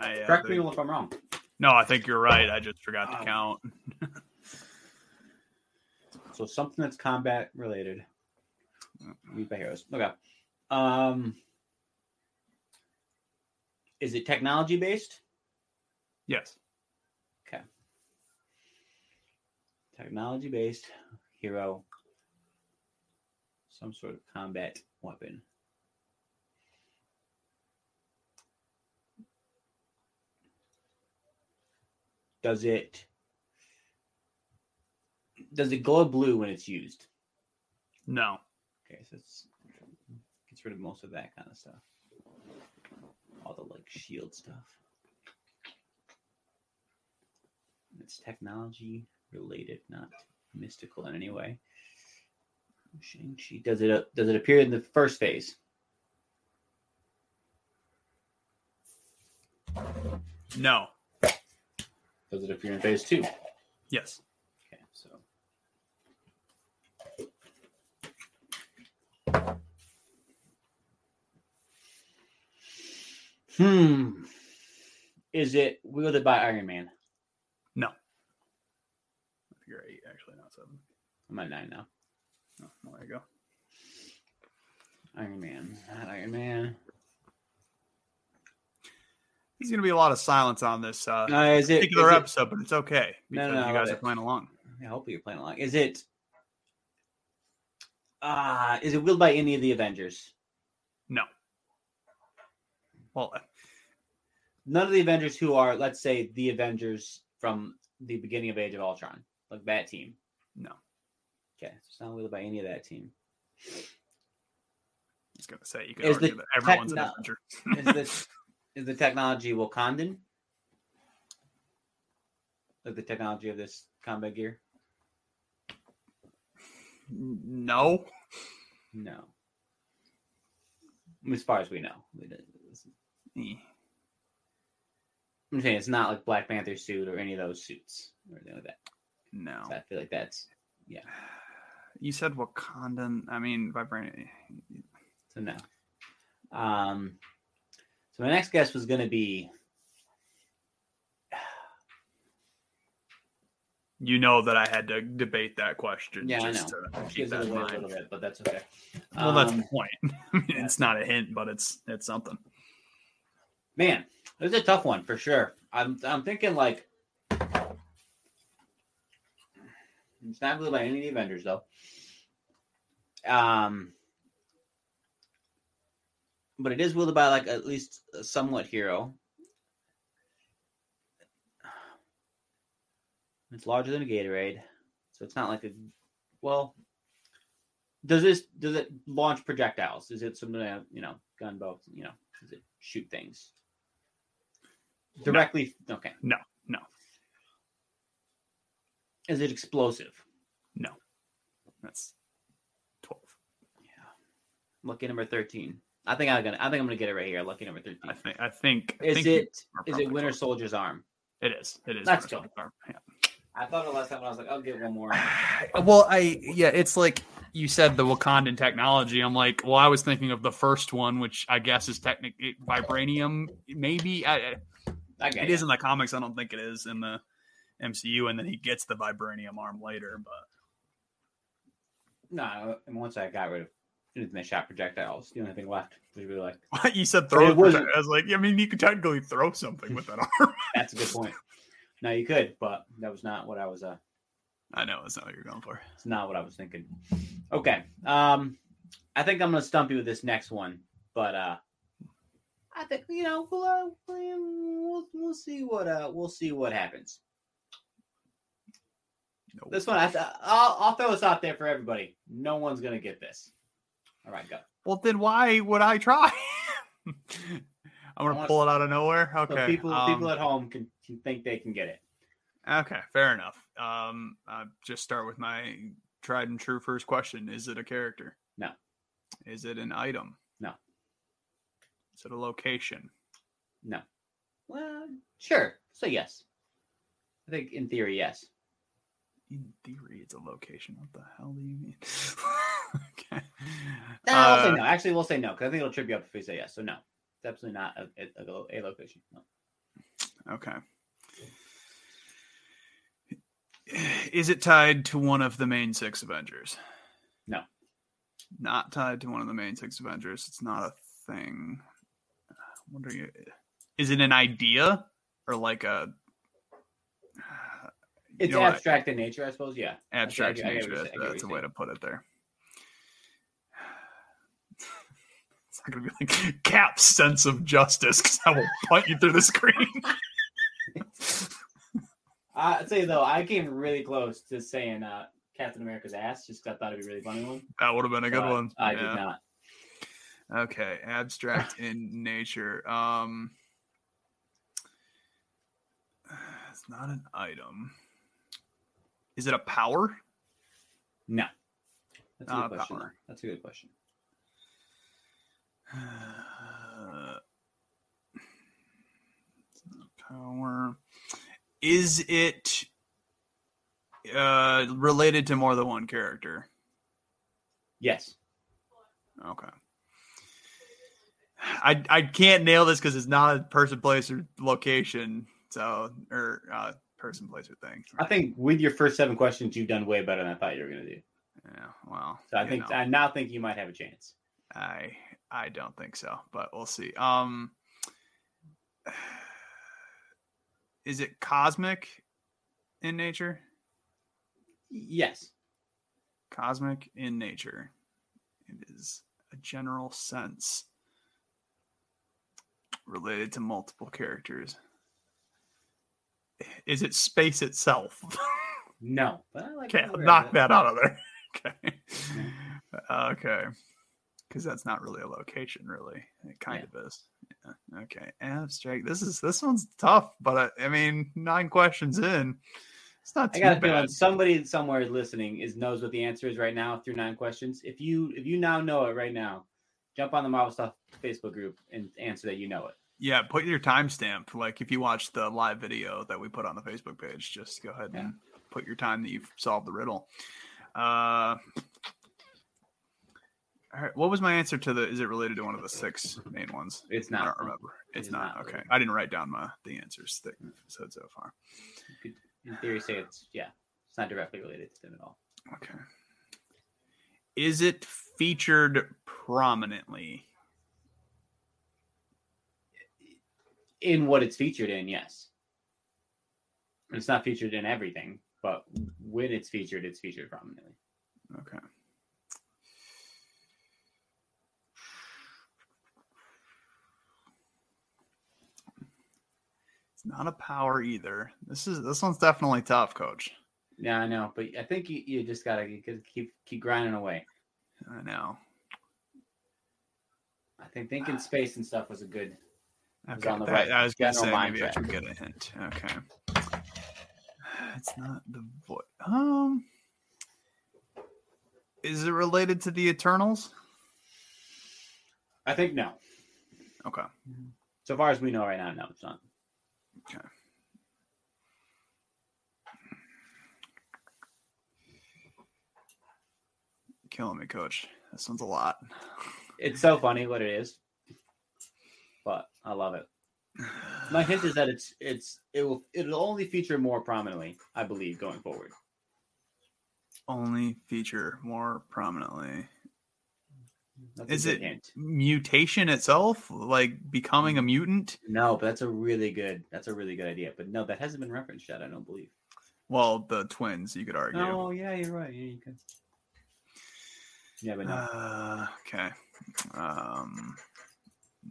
[SPEAKER 2] I, uh,
[SPEAKER 1] Correct
[SPEAKER 2] think-
[SPEAKER 1] me if I'm wrong.
[SPEAKER 2] No, I think you're right. I just forgot
[SPEAKER 1] Oh.
[SPEAKER 2] to count.
[SPEAKER 1] So something that's combat related. Used by heroes. Okay. Um, is it technology based?
[SPEAKER 2] Yes.
[SPEAKER 1] Technology based hero. Some sort of combat weapon. Does it does it glow blue when it's used?
[SPEAKER 2] No.
[SPEAKER 1] Okay, so it's gets rid of most of that kind of stuff. All the like shield stuff. And It's technology related, not mystical in any way. Shang Chi does it uh, does it appear in the first phase?
[SPEAKER 2] No.
[SPEAKER 1] Does it appear in phase two?
[SPEAKER 2] Yes.
[SPEAKER 1] Okay, so Hmm. Is it wielded by Iron Man?
[SPEAKER 2] I think you're eight, actually, not seven.
[SPEAKER 1] I'm at nine now.
[SPEAKER 2] Oh, well, there you go.
[SPEAKER 1] Iron Man. Not Iron Man.
[SPEAKER 2] There's going to be a lot of silence on this uh,
[SPEAKER 1] Uh, is it, is
[SPEAKER 2] particular
[SPEAKER 1] it-
[SPEAKER 2] episode, but it's okay
[SPEAKER 1] No,
[SPEAKER 2] because
[SPEAKER 1] no, no,
[SPEAKER 2] you
[SPEAKER 1] I love
[SPEAKER 2] guys are
[SPEAKER 1] it.
[SPEAKER 2] playing along.
[SPEAKER 1] I hope you're playing along. Is it uh is it wielded by any of the Avengers?
[SPEAKER 2] No. Well, uh,
[SPEAKER 1] None of the Avengers who are, let's say, the Avengers from the beginning of Age of Ultron. Like that team.
[SPEAKER 2] no.
[SPEAKER 1] Okay, so it's not wielded by any of that team.
[SPEAKER 2] was going to say you could
[SPEAKER 1] Is
[SPEAKER 2] argue
[SPEAKER 1] the
[SPEAKER 2] that everyone's
[SPEAKER 1] techno-
[SPEAKER 2] an Avenger.
[SPEAKER 1] is this is the technology Wakandan? Like the technology of this combat gear?
[SPEAKER 2] No,
[SPEAKER 1] No. I mean, As far as we know, We don't-
[SPEAKER 2] Eh.
[SPEAKER 1] I'm saying it's not like Black Panther suit or any of those suits or anything like that.
[SPEAKER 2] no.
[SPEAKER 1] So I feel like that's
[SPEAKER 2] You said Wakandan. I mean, vibranium.
[SPEAKER 1] so no. Um, so my next guess was going to be
[SPEAKER 2] You know that I had to debate that question.
[SPEAKER 1] Yeah, I
[SPEAKER 2] just
[SPEAKER 1] know.
[SPEAKER 2] To keep
[SPEAKER 1] gives it
[SPEAKER 2] that in
[SPEAKER 1] away a
[SPEAKER 2] mind.
[SPEAKER 1] little bit, but that's okay.
[SPEAKER 2] Well, that's the
[SPEAKER 1] Um,
[SPEAKER 2] point. I mean, it's not a hint, but it's it's something.
[SPEAKER 1] Man, it's a tough one for sure. I'm I'm thinking like it's not really by any of the Avengers though. Um, but it is wielded by like at least a somewhat hero. It's larger than a Gatorade, so it's not like a well. Does this does it launch projectiles? Is it some uh, you know gun bow? You know, does it shoot things directly? Okay.
[SPEAKER 2] No, no.
[SPEAKER 1] Is it explosive?
[SPEAKER 2] That's twelve.
[SPEAKER 1] Lucky number thirteen. I think I'm gonna. I think I'm gonna get it right here. Lucky number thirteen.
[SPEAKER 2] I think. I think. I
[SPEAKER 1] Is
[SPEAKER 2] think you
[SPEAKER 1] it
[SPEAKER 2] are
[SPEAKER 1] is
[SPEAKER 2] probably
[SPEAKER 1] it Winter
[SPEAKER 2] close.
[SPEAKER 1] Soldier's arm?
[SPEAKER 2] It is. It is.
[SPEAKER 1] Let's
[SPEAKER 2] Winter Soldier. Yeah.
[SPEAKER 1] I thought it last time when I was like, I'll get one more.
[SPEAKER 2] well, I yeah, it's like you said the Wakandan technology. I'm like, well, I was thinking of the first one, which I guess is technically vibranium. Maybe I, I-
[SPEAKER 1] I
[SPEAKER 2] it
[SPEAKER 1] got
[SPEAKER 2] is in the comics. I don't think it is in the MCU, and then he gets the vibranium arm later. But
[SPEAKER 1] No, and once I got rid of didn't my shot projectiles, the only thing left was really like
[SPEAKER 2] you said
[SPEAKER 1] But
[SPEAKER 2] throw.
[SPEAKER 1] it
[SPEAKER 2] It
[SPEAKER 1] wasn't-
[SPEAKER 2] I was like, I mean, you could technically throw something with that arm.
[SPEAKER 1] that's a good point. no, you could, but that was not what I was. Uh,
[SPEAKER 2] I know that's not what you're going for.
[SPEAKER 1] it's not what I was thinking. Okay, um, I think I'm gonna stump you with this next one, but uh, I think you know we'll uh, we'll, we'll see what uh we'll see what happens.
[SPEAKER 2] No.
[SPEAKER 1] This one, I, I'll, I'll throw this out there for everybody. No one's gonna get this. All right, go.
[SPEAKER 2] Well, then why would I try? I'm
[SPEAKER 1] I
[SPEAKER 2] gonna
[SPEAKER 1] want-
[SPEAKER 2] pull it out of nowhere.
[SPEAKER 1] So
[SPEAKER 2] Okay,
[SPEAKER 1] people,
[SPEAKER 2] um,
[SPEAKER 1] people at home can, can think they can get it.
[SPEAKER 2] Okay, fair enough. Um, I just start with my tried and true first question: Is it a character?
[SPEAKER 1] No.
[SPEAKER 2] Is it an item?
[SPEAKER 1] No.
[SPEAKER 2] Is it a location?
[SPEAKER 1] No. Well, sure. So yes, I think in theory, yes.
[SPEAKER 2] In theory, it's a location. What the hell do you mean? okay.
[SPEAKER 1] No,
[SPEAKER 2] Uh,
[SPEAKER 1] we'll say no. Actually, we'll say no because I think it'll trip you up if we say yes. So no, it's absolutely not a, a, a lo- a location. No.
[SPEAKER 2] Okay. Is it tied to one of the main six Avengers?
[SPEAKER 1] No.
[SPEAKER 2] Not tied to one of the main six Avengers. It's not a thing. I'm wondering, is it an idea or like a
[SPEAKER 1] It's
[SPEAKER 2] know what?
[SPEAKER 1] abstract in nature, I suppose. Yeah.
[SPEAKER 2] abstract
[SPEAKER 1] I get- I get what
[SPEAKER 2] nature?
[SPEAKER 1] you're
[SPEAKER 2] That's,
[SPEAKER 1] saying. I get what
[SPEAKER 2] that's a
[SPEAKER 1] you're
[SPEAKER 2] way to put it there. It's not gonna be like Cap's sense of justice because I will punt you through the screen.
[SPEAKER 1] I- I'd say though, I came really close to saying uh, Captain America's ass just 'cause I thought it'd be a really funny one.
[SPEAKER 2] That would have been a good
[SPEAKER 1] but
[SPEAKER 2] one.
[SPEAKER 1] Uh, I
[SPEAKER 2] Yeah.
[SPEAKER 1] did not.
[SPEAKER 2] Okay, abstract in nature. Um, it's not an item. Is it a power?
[SPEAKER 1] No. That's a
[SPEAKER 2] Not
[SPEAKER 1] good
[SPEAKER 2] a
[SPEAKER 1] question.
[SPEAKER 2] power.
[SPEAKER 1] though. That's a good question.
[SPEAKER 2] Uh, it's not a power. Is it uh, related to more than one character?
[SPEAKER 1] Yes.
[SPEAKER 2] Okay. I I can't nail this because it's not a person, place, or location. So or uh, person, place, or thing.
[SPEAKER 1] I think with your first seven questions, you've done way better than I thought you were going to do.
[SPEAKER 2] Yeah. Well.
[SPEAKER 1] So I
[SPEAKER 2] you
[SPEAKER 1] think
[SPEAKER 2] know,
[SPEAKER 1] I now think you might have a chance.
[SPEAKER 2] I I don't think so, but we'll see. Um. Is it cosmic in nature?
[SPEAKER 1] Yes.
[SPEAKER 2] Cosmic in nature. It is a general sense related to multiple characters. Is it space itself?
[SPEAKER 1] No. But I like the
[SPEAKER 2] okay, I'll
[SPEAKER 1] word
[SPEAKER 2] knock
[SPEAKER 1] of it.
[SPEAKER 2] that out of there. Okay. Okay. because that's not really a location, really. It kind yeah. of is. Yeah. Okay, abstract. This is this one's tough, but I, I mean, nine questions in, it's not.
[SPEAKER 1] I got a feeling somebody somewhere listening is knows what the answer is right now through nine questions. If you if you now know it right now, jump on the Marvel Stuff Facebook group and answer that you know it.
[SPEAKER 2] Yeah, put your timestamp. Like if you watch the live video that we put on the Facebook page, just go ahead yeah. and put your time that you've solved the riddle. Uh, all right. What was my answer to the? Is it related to one of the six main ones?
[SPEAKER 1] It's not.
[SPEAKER 2] I don't remember. It's, it not. not. Okay. I didn't write down my the answers that you said so far.
[SPEAKER 1] Could, in theory, say it's yeah. It's not directly related to them at all.
[SPEAKER 2] Okay. Is it featured prominently?
[SPEAKER 1] In what it's featured in, yes. It's not featured in everything, but when it's featured, it's featured prominently.
[SPEAKER 2] Okay. not a power either. This is this one's definitely tough, coach.
[SPEAKER 1] Yeah, I know, but I think you, you just gotta you keep keep grinding away.
[SPEAKER 2] I know.
[SPEAKER 1] I think
[SPEAKER 2] Ah.
[SPEAKER 1] thinking space and stuff was a good.
[SPEAKER 2] Okay, was that, right I was gonna say maybe track. I should get a hint. Okay, it's not the void. Um, is it related to the Eternals?
[SPEAKER 1] I think no.
[SPEAKER 2] Okay.
[SPEAKER 1] So far as we know right now, no, it's not.
[SPEAKER 2] Okay. Killing me, coach. This one's a lot.
[SPEAKER 1] It's so funny what it is, but I love it. My hint is that it's it's it will it'll only feature more prominently, I believe, going forward.
[SPEAKER 2] Only feature more prominently. That's is it hint. mutation itself like becoming a mutant
[SPEAKER 1] no but that's a really good that's a really good idea but no that hasn't been referenced yet i don't believe
[SPEAKER 2] well the twins you could argue
[SPEAKER 1] oh yeah you're right yeah you could yeah but no
[SPEAKER 2] uh, okay um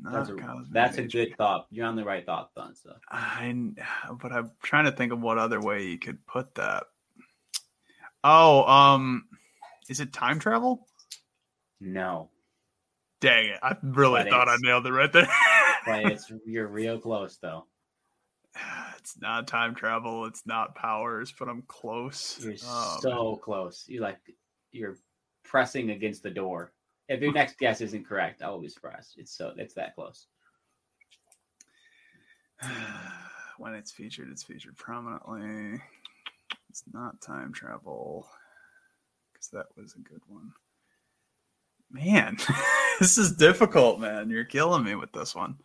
[SPEAKER 2] oh,
[SPEAKER 1] that's a, that's a good thought you're on the right thought on stuff so.
[SPEAKER 2] i but i'm trying to think of what other way you could put that oh um is it time travel
[SPEAKER 1] no
[SPEAKER 2] Dang it. I really but thought I nailed it right there.
[SPEAKER 1] but it's you're real close though.
[SPEAKER 2] It's not time travel, it's not powers, but I'm close. Um,
[SPEAKER 1] You're oh, so man. close. You like you're pressing against the door. If your next guess isn't correct, I will be surprised. It's so it's that close.
[SPEAKER 2] when it's featured, it's featured prominently. It's not time travel. Because that was a good one man, this is difficult, man. You're killing me with this one.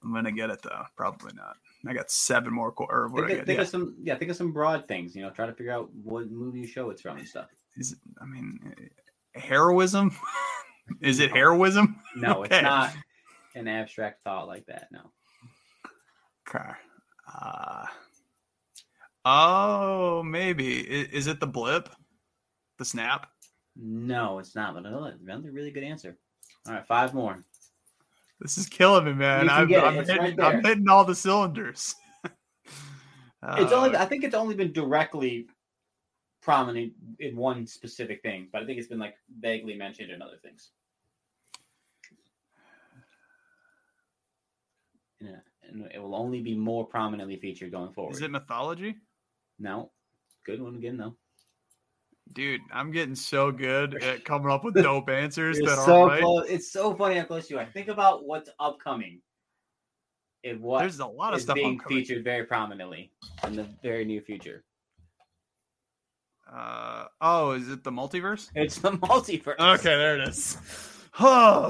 [SPEAKER 2] I'm gonna get it though. Probably not. I got seven more. Co- or what
[SPEAKER 1] think, of, think yeah. of some. Yeah, think of some broad things. You know, try to figure out what movie show it's from and stuff.
[SPEAKER 2] Is it, I mean, eh, heroism? is it heroism?
[SPEAKER 1] No, okay. it's not an abstract thought like that. No.
[SPEAKER 2] Okay. Uh, oh, maybe. Is, is it the blip? The snap?
[SPEAKER 1] No, it's not. But another really good answer. All right, five more.
[SPEAKER 2] This is killing me, man. I'm, I'm, hitting, right I'm, hitting, all the cylinders.
[SPEAKER 1] uh, it's only. I think it's only been directly prominent in one specific thing, but I think it's been like vaguely mentioned in other things. Yeah, and it will only be more prominently featured going forward.
[SPEAKER 2] Is it mythology?
[SPEAKER 1] No, good one again though.
[SPEAKER 2] Dude, I'm getting so good at coming up with dope answers that
[SPEAKER 1] so
[SPEAKER 2] are right.
[SPEAKER 1] Close. It's so funny how close you are. Think about what's upcoming. And what
[SPEAKER 2] there's a lot of stuff
[SPEAKER 1] being upcoming. featured very prominently in the very near future.
[SPEAKER 2] Uh oh, is it the multiverse?
[SPEAKER 1] It's the multiverse.
[SPEAKER 2] Okay, there it is. Oh,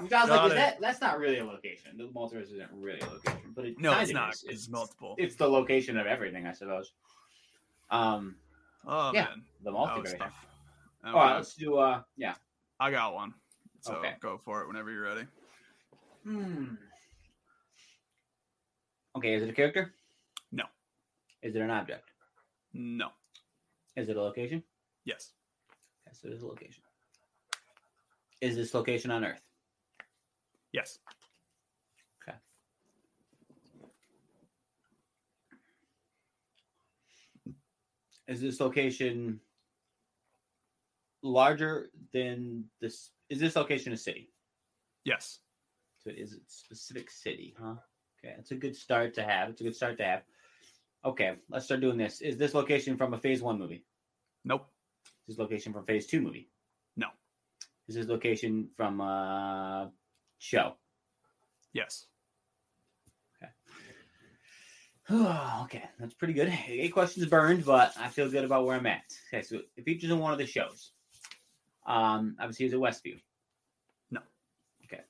[SPEAKER 1] Which I was like, is that, that's not really a location. The multiverse isn't really a location, but it
[SPEAKER 2] no, it's not. Is. It's, it's multiple.
[SPEAKER 1] It's the location of everything, I suppose. Um,
[SPEAKER 2] Oh yeah, man.
[SPEAKER 1] the multiverse. Oh, All right, let's do. Uh, yeah,
[SPEAKER 2] I got one. So okay. go for it whenever you're ready.
[SPEAKER 1] Hmm. Okay, is it a character?
[SPEAKER 2] No.
[SPEAKER 1] Is it an object?
[SPEAKER 2] No.
[SPEAKER 1] Is it a location?
[SPEAKER 2] Yes.
[SPEAKER 1] Okay, so it is a location. Is this location on Earth?
[SPEAKER 2] Yes.
[SPEAKER 1] Okay. is this location larger than this? Is this location a city?
[SPEAKER 2] Yes.
[SPEAKER 1] So it is a specific city, huh? Okay, that's a good start to have. It's a good start to have. Okay, let's start doing this. Is this location from a Phase One movie?
[SPEAKER 2] Nope.
[SPEAKER 1] Is this location from Phase Two movie?
[SPEAKER 2] No.
[SPEAKER 1] Is this location from uh show?
[SPEAKER 2] Yes.
[SPEAKER 1] okay, that's pretty good. Eight questions burned, but I feel good about where I'm at. Okay, so it features in one of the shows. Um, obviously, is it Westview?
[SPEAKER 2] No.
[SPEAKER 1] Okay.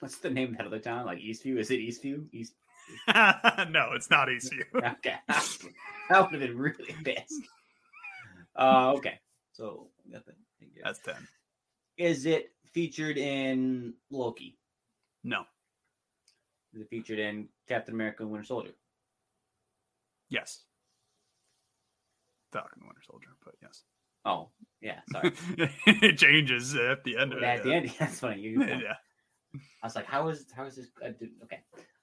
[SPEAKER 1] What's the name of that other town? Like Eastview? Is it Eastview? East.
[SPEAKER 3] no, it's
[SPEAKER 2] E
[SPEAKER 3] not ECU.
[SPEAKER 1] Okay, that would have been really pissed. Uh, okay, so we got that.
[SPEAKER 2] That's 10.
[SPEAKER 1] Is it featured in Loki?
[SPEAKER 2] No.
[SPEAKER 1] Is it featured in Captain America: and Winter Soldier?
[SPEAKER 2] Yes. Falcon Winter Soldier, but yes.
[SPEAKER 1] Oh, yeah. Sorry.
[SPEAKER 2] it changes at the end of it.
[SPEAKER 1] at the
[SPEAKER 2] yeah.
[SPEAKER 1] end, that's funny. You-
[SPEAKER 2] Yeah.
[SPEAKER 1] I was like, how is how is this? I did, okay,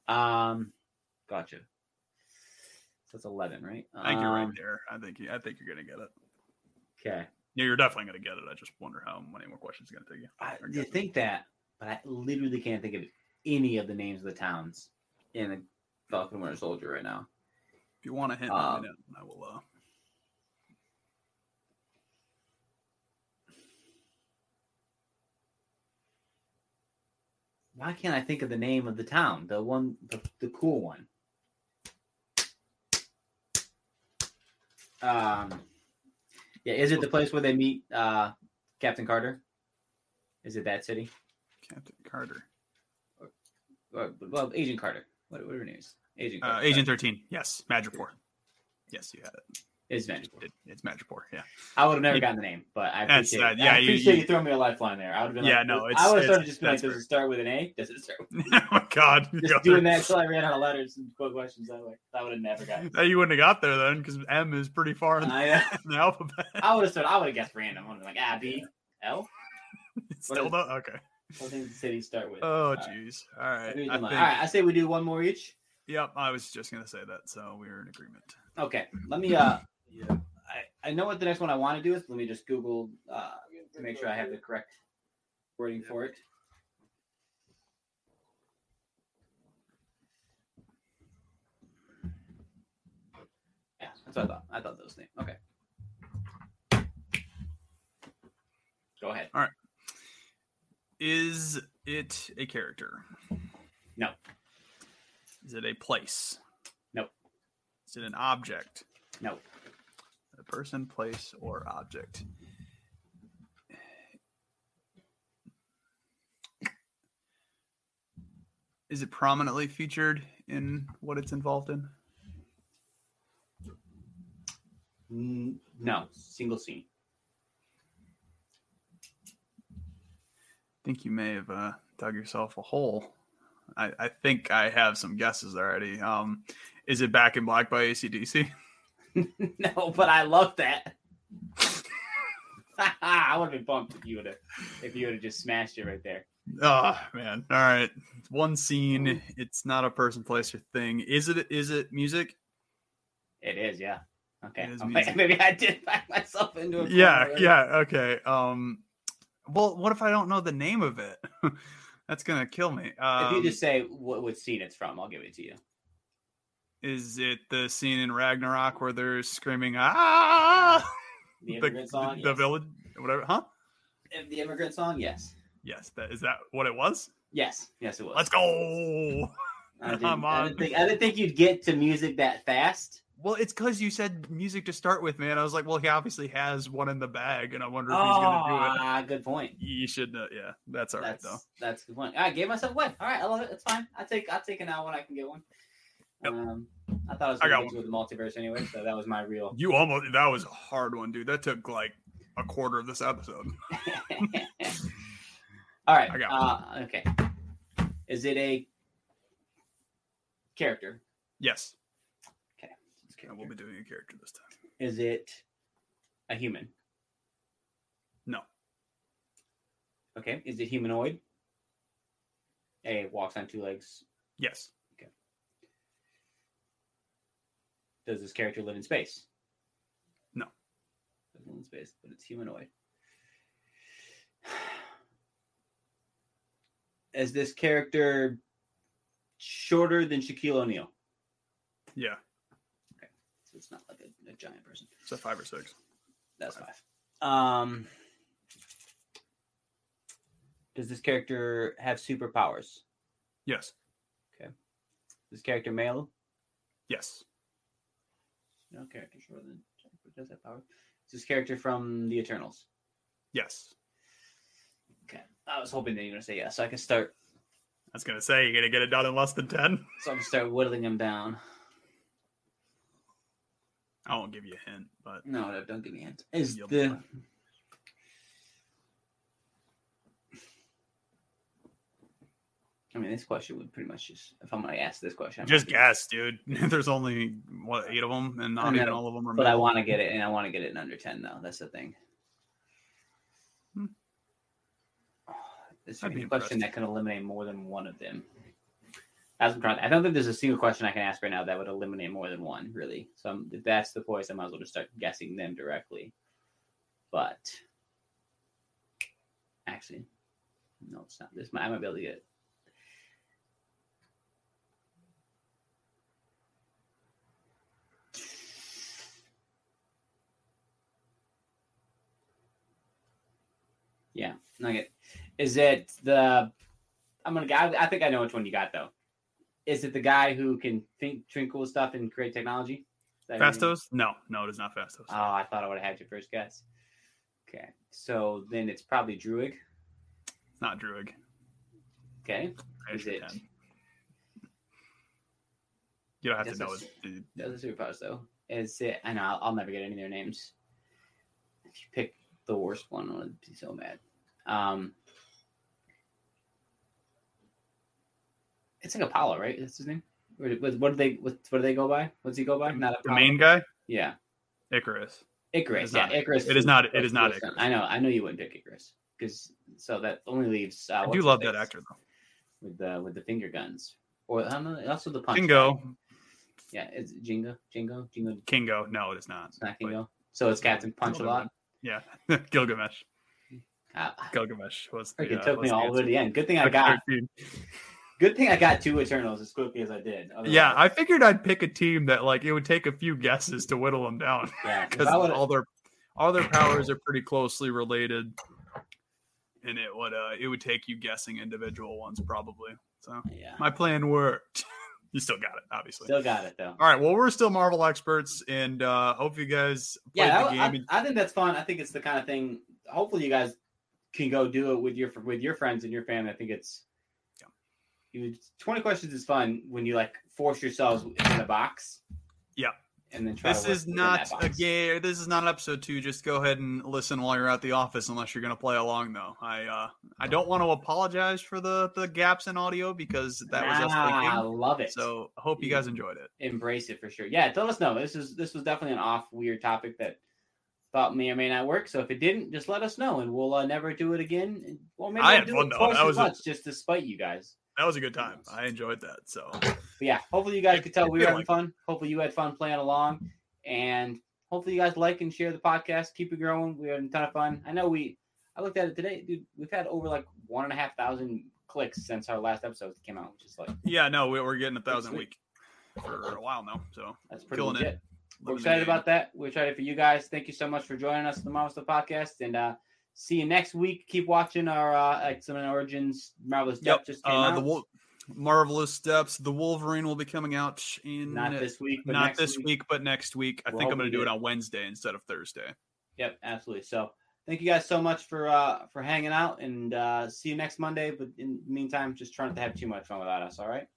[SPEAKER 1] um, gotcha. So that's eleven, right?
[SPEAKER 2] I think you're right
[SPEAKER 1] Um,
[SPEAKER 2] there. I think you, I think you're gonna get it.
[SPEAKER 1] Okay,
[SPEAKER 2] Yeah, you're definitely gonna get it. I just wonder how many more questions it's gonna take you.
[SPEAKER 1] I
[SPEAKER 2] Or
[SPEAKER 1] did
[SPEAKER 2] guess.
[SPEAKER 1] think that, but I literally can't think of any of the names of the towns in the Falcon Winter Soldier right now.
[SPEAKER 2] If you want a hint,
[SPEAKER 1] Uh,
[SPEAKER 2] let me know, and I will. Uh,
[SPEAKER 1] Why can't I think of the name of the town? The one, the, the cool one. Um, yeah, is it the place where they meet uh, Captain Carter? Is it that city?
[SPEAKER 2] Captain Carter,
[SPEAKER 1] or, well, Agent Carter. What, what are her names? Agent Carter.
[SPEAKER 2] uh, Agent Thirteen. Yes, Madripoor. Yes, you had it.
[SPEAKER 1] is magical.
[SPEAKER 2] It- it's Madripoor. Yeah, Oh
[SPEAKER 1] I would have never
[SPEAKER 2] it-
[SPEAKER 1] gotten the name, but I
[SPEAKER 2] That's-
[SPEAKER 1] appreciate.
[SPEAKER 2] uh,
[SPEAKER 1] it.
[SPEAKER 2] yeah,
[SPEAKER 1] I
[SPEAKER 2] you-
[SPEAKER 1] appreciate you,
[SPEAKER 2] you-
[SPEAKER 1] throwing me a lifeline there. I would have been.
[SPEAKER 2] Yeah,
[SPEAKER 1] like,
[SPEAKER 2] no,
[SPEAKER 1] I
[SPEAKER 2] it's-
[SPEAKER 1] would have started
[SPEAKER 2] it's-
[SPEAKER 1] just being like,
[SPEAKER 2] that's
[SPEAKER 1] does it
[SPEAKER 2] fair.
[SPEAKER 1] start with an A? Does it start? With...
[SPEAKER 2] oh my God,
[SPEAKER 1] Just doing that until I ran out of letters and put questions that way. I would have never gotten. it.
[SPEAKER 2] That you wouldn't have got there then, because M is pretty far in the,
[SPEAKER 1] I, uh,
[SPEAKER 2] in the alphabet.
[SPEAKER 1] I would have started. I would have guessed random. I would have been like, ah, B, L.
[SPEAKER 2] Still
[SPEAKER 1] is-
[SPEAKER 2] though, okay.
[SPEAKER 1] What things does city start with?
[SPEAKER 2] Oh
[SPEAKER 1] right.
[SPEAKER 2] jeez. All
[SPEAKER 1] What are
[SPEAKER 2] right, I
[SPEAKER 1] you doing?
[SPEAKER 2] think.
[SPEAKER 1] All right, I say we do one more each.
[SPEAKER 2] Yep, I was just gonna say that, so we're in agreement.
[SPEAKER 1] Okay, let me. Uh, I, I know what the next one I want to do is. Let me just Google uh, to make sure I have the correct wording for it. Yeah, that's what I thought. I thought that was the name. Okay. Go ahead.
[SPEAKER 2] Is it a character?
[SPEAKER 1] No.
[SPEAKER 2] Is it a place?
[SPEAKER 1] No.
[SPEAKER 2] Is it an object?
[SPEAKER 1] No.
[SPEAKER 2] A person, place, or object? Is it prominently featured in what it's involved in?
[SPEAKER 1] N- No. Single scene.
[SPEAKER 2] I think you may have uh, dug yourself a hole. I, I think I have some guesses already. Um, is it Back in Black by ACDC?
[SPEAKER 1] no, but I love that. I would have been bummed if you would have if you would have just smashed it right there.
[SPEAKER 2] Oh
[SPEAKER 1] Ah,
[SPEAKER 2] man. All right. One scene. It's not a person, place, or thing. Is it is it music?
[SPEAKER 1] It is, yeah. Okay.
[SPEAKER 2] It is
[SPEAKER 1] Oh, wait,
[SPEAKER 2] music.
[SPEAKER 1] maybe I did back myself into a
[SPEAKER 2] Yeah,
[SPEAKER 1] corner.
[SPEAKER 2] yeah, okay. Um well what if I don't know the name of it? That's gonna kill me.
[SPEAKER 1] If
[SPEAKER 2] Um,
[SPEAKER 1] you just say what, what scene it's from, I'll give it to you.
[SPEAKER 2] is it the scene in Ragnarok where they're screaming ah
[SPEAKER 1] The immigrant song.
[SPEAKER 2] the
[SPEAKER 1] yes.
[SPEAKER 2] village whatever huh?
[SPEAKER 1] If The immigrant song. Yes.
[SPEAKER 2] Yes, that is that what it was?
[SPEAKER 1] Yes. Yes, it was.
[SPEAKER 2] Let's go.
[SPEAKER 1] I didn't,
[SPEAKER 2] I'm
[SPEAKER 1] I
[SPEAKER 2] on.
[SPEAKER 1] didn't think, I didn't think you'd get to music that fast.
[SPEAKER 2] Well, it's because you said music to start with, man. I was like, well, he obviously has one in the bag, and I wonder
[SPEAKER 1] Oh,
[SPEAKER 2] if he's gonna do it.
[SPEAKER 1] ah, good point.
[SPEAKER 2] You should know. Yeah, that's all right
[SPEAKER 1] that's,
[SPEAKER 2] though.
[SPEAKER 1] That's a good one. I gave myself one. All right, I love it. It's fine. I take I take an hour when I can get one.
[SPEAKER 2] Yep.
[SPEAKER 1] Um, I thought I was
[SPEAKER 2] I
[SPEAKER 1] going
[SPEAKER 2] got
[SPEAKER 1] to do the multiverse anyway, so that was my real.
[SPEAKER 2] You almost that was a hard one, dude. That took like a quarter of this episode.
[SPEAKER 1] All right.
[SPEAKER 2] I got
[SPEAKER 1] uh, okay. Is it a character?
[SPEAKER 2] Yes.
[SPEAKER 1] Okay. It's a
[SPEAKER 2] And we'll
[SPEAKER 1] character.
[SPEAKER 2] be doing a character this time.
[SPEAKER 1] Is it a human?
[SPEAKER 2] No.
[SPEAKER 1] Okay. Is it humanoid? A walks on two legs.
[SPEAKER 2] Yes.
[SPEAKER 1] Does this character live in space?
[SPEAKER 2] No.
[SPEAKER 1] in space, but it's humanoid. Is this character shorter than Shaquille O'Neal?
[SPEAKER 2] Yeah,
[SPEAKER 1] So it's not like a, a giant person.
[SPEAKER 2] it's a five or six.
[SPEAKER 1] That's five. Um, does this character have superpowers?
[SPEAKER 2] Yes,
[SPEAKER 1] Is this character male?
[SPEAKER 2] yes,
[SPEAKER 1] No character shorter than but does have power. Is this character from the Eternals?
[SPEAKER 2] yes.
[SPEAKER 1] Okay. I was hoping that you were gonna say yes, so I can start
[SPEAKER 3] I was gonna say you're gonna get it done in less than ten.
[SPEAKER 1] so I can start whittling them down.
[SPEAKER 2] I won't give you a hint, but
[SPEAKER 1] No, no, don't give me a hint. Is
[SPEAKER 2] You'll be
[SPEAKER 1] the I mean, this question would pretty much just, if I'm going to ask this question, I'm
[SPEAKER 3] Just
[SPEAKER 1] gonna-
[SPEAKER 3] guess, dude.
[SPEAKER 2] there's only what eight of them, and
[SPEAKER 1] I
[SPEAKER 2] not
[SPEAKER 1] know,
[SPEAKER 2] even all of them are.
[SPEAKER 1] But I
[SPEAKER 2] male.
[SPEAKER 1] want to get it, and I want to get it in under ten, though. That's the thing.
[SPEAKER 2] Hmm.
[SPEAKER 1] Is there
[SPEAKER 2] I'd be
[SPEAKER 1] any question
[SPEAKER 2] impressed.
[SPEAKER 1] that can eliminate more than one of them? That's what I'm trying. I don't think there's a single question I can ask right now that would eliminate more than one, really. So I'm, if that's the point, I might as well just start guessing them directly. But actually, no, it's not. This might, I might be able to get. Yeah, nugget. Is it the? I'm gonna. I, I think I know which one you got though. Is it the guy who can think, think cool stuff and create technology? Is that his name?
[SPEAKER 2] Fastos? No, no, it is not Fastos.
[SPEAKER 1] Oh, I thought I would have had your first guess. Okay, so then it's probably Druid.
[SPEAKER 2] It's not Druid.
[SPEAKER 1] Okay,
[SPEAKER 2] I
[SPEAKER 1] Is
[SPEAKER 2] should
[SPEAKER 1] it-
[SPEAKER 2] ten. You don't have to
[SPEAKER 1] Yes,
[SPEAKER 2] know.
[SPEAKER 1] it's-
[SPEAKER 2] it.
[SPEAKER 1] those are superpowers though. Is it? I know I'll, I'll never get any of their names. If you pick the worst one, I would be so mad. Um, it's like Apollo, right? That's his name. Or What, what do they? What, what do they go by? What's he go by? Not
[SPEAKER 2] The
[SPEAKER 1] Apollo.
[SPEAKER 2] main guy,
[SPEAKER 1] Yeah,
[SPEAKER 2] Icarus.
[SPEAKER 1] Icarus.
[SPEAKER 2] It's
[SPEAKER 1] Yeah,
[SPEAKER 2] not
[SPEAKER 1] Icarus.
[SPEAKER 2] It is not. It is not
[SPEAKER 1] Icarus.
[SPEAKER 2] Icarus.
[SPEAKER 1] I know. I know you wouldn't pick Icarus because so that only leaves. Uh,
[SPEAKER 2] I do
[SPEAKER 1] what's-his
[SPEAKER 2] love that
[SPEAKER 1] face.
[SPEAKER 2] actor though.
[SPEAKER 1] with the with the finger guns, or I don't know, also the punch.
[SPEAKER 2] Kingo.
[SPEAKER 1] Yeah, it's Jingo, Jingo, Jingo.
[SPEAKER 2] Kingo. No, it is not.
[SPEAKER 1] It's not Kingo. So it's Captain Punch a lot.
[SPEAKER 2] Yeah, Gilgamesh.
[SPEAKER 1] Uh,
[SPEAKER 2] Gilgamesh was. The,
[SPEAKER 1] freaking
[SPEAKER 2] uh,
[SPEAKER 1] took me
[SPEAKER 2] was the
[SPEAKER 1] all the way to
[SPEAKER 2] answer.
[SPEAKER 1] the end. Good thing I got.
[SPEAKER 2] Thirteen.
[SPEAKER 1] Good thing I got two Eternals as quickly as I did. Otherwise-
[SPEAKER 2] Yeah, I figured I'd pick a team that like it would take a few guesses to whittle them down
[SPEAKER 1] yeah. if
[SPEAKER 2] because
[SPEAKER 1] I would've-
[SPEAKER 2] all their all their powers are pretty closely related, and it would uh it would take you guessing individual ones probably. So
[SPEAKER 1] yeah.
[SPEAKER 2] my plan worked. you still got it, obviously.
[SPEAKER 1] Still got it though.
[SPEAKER 2] All right. Well, we're still Marvel experts, and uh hope you guys played
[SPEAKER 1] Yeah,
[SPEAKER 2] the game.
[SPEAKER 1] I,
[SPEAKER 2] and-
[SPEAKER 1] I, I think that's fun. I think it's the kind of thing. Hopefully, you guys can go do it with your with your friends and your family. I think it's
[SPEAKER 2] Yeah.
[SPEAKER 1] you. Twenty questions is fun when you like force yourselves in a box.
[SPEAKER 2] Yeah.
[SPEAKER 1] and then try to
[SPEAKER 2] This
[SPEAKER 1] work
[SPEAKER 2] is
[SPEAKER 1] within
[SPEAKER 2] not
[SPEAKER 1] that
[SPEAKER 2] a
[SPEAKER 1] box.
[SPEAKER 2] game. This is not an episode two. Just go ahead and listen while you're at the office, unless you're going to play along. Though I, uh, I don't want to apologize for the the gaps in audio because that was us
[SPEAKER 1] Ah, I
[SPEAKER 2] thinking.
[SPEAKER 1] love it.
[SPEAKER 2] So I hope you guys enjoyed it.
[SPEAKER 1] embrace it for sure. Yeah, tell us no. This is this was definitely an off weird topic that thought may or may not work. So if it didn't, just let us know, and we'll uh, never do it again. Well, maybe
[SPEAKER 2] I
[SPEAKER 1] we'll
[SPEAKER 2] had
[SPEAKER 1] do
[SPEAKER 2] fun,
[SPEAKER 1] it
[SPEAKER 2] though.
[SPEAKER 1] twice
[SPEAKER 2] That
[SPEAKER 1] as
[SPEAKER 2] was a-
[SPEAKER 1] much just to spite you guys.
[SPEAKER 2] That was a good time. I enjoyed that. So
[SPEAKER 1] But yeah, hopefully you guys
[SPEAKER 2] It-
[SPEAKER 1] could tell
[SPEAKER 2] it
[SPEAKER 1] we were
[SPEAKER 2] feel
[SPEAKER 1] having
[SPEAKER 2] like
[SPEAKER 1] fun. Hopefully you had fun playing along, and hopefully you guys like and share the podcast. Keep it growing. We're having a ton of fun. I know we. I looked at it today, dude. We've had over like one and a half thousand clicks since our last episode came out, which is like
[SPEAKER 2] yeah, no, we, we're getting a thousand a
[SPEAKER 1] sweet.
[SPEAKER 2] week for a while now. So
[SPEAKER 1] that's pretty
[SPEAKER 2] Killing it.
[SPEAKER 1] legit. We're
[SPEAKER 2] living the
[SPEAKER 1] excited
[SPEAKER 2] dream.
[SPEAKER 1] about that. We're excited for you guys. Thank you so much for joining us on the Marvel Stuff Podcast, and uh, see you next week. Keep watching our uh, X-Men Origins Marvelous Stuff
[SPEAKER 2] Yep.
[SPEAKER 1] just came
[SPEAKER 2] Uh,
[SPEAKER 1] out.
[SPEAKER 2] the Wol- marvelous steps. The Wolverine will be coming out in
[SPEAKER 1] not this week, but
[SPEAKER 2] not
[SPEAKER 1] next
[SPEAKER 2] this week, but next week. I
[SPEAKER 1] We'll
[SPEAKER 2] think I'm
[SPEAKER 1] hopefully
[SPEAKER 2] going to do
[SPEAKER 1] do
[SPEAKER 2] it
[SPEAKER 1] it.
[SPEAKER 2] on Wednesday instead of Thursday.
[SPEAKER 1] Yep, absolutely. So thank you guys so much for uh, for hanging out, and uh, see you next Monday. But in the meantime, just try not to have too much fun without us. All right.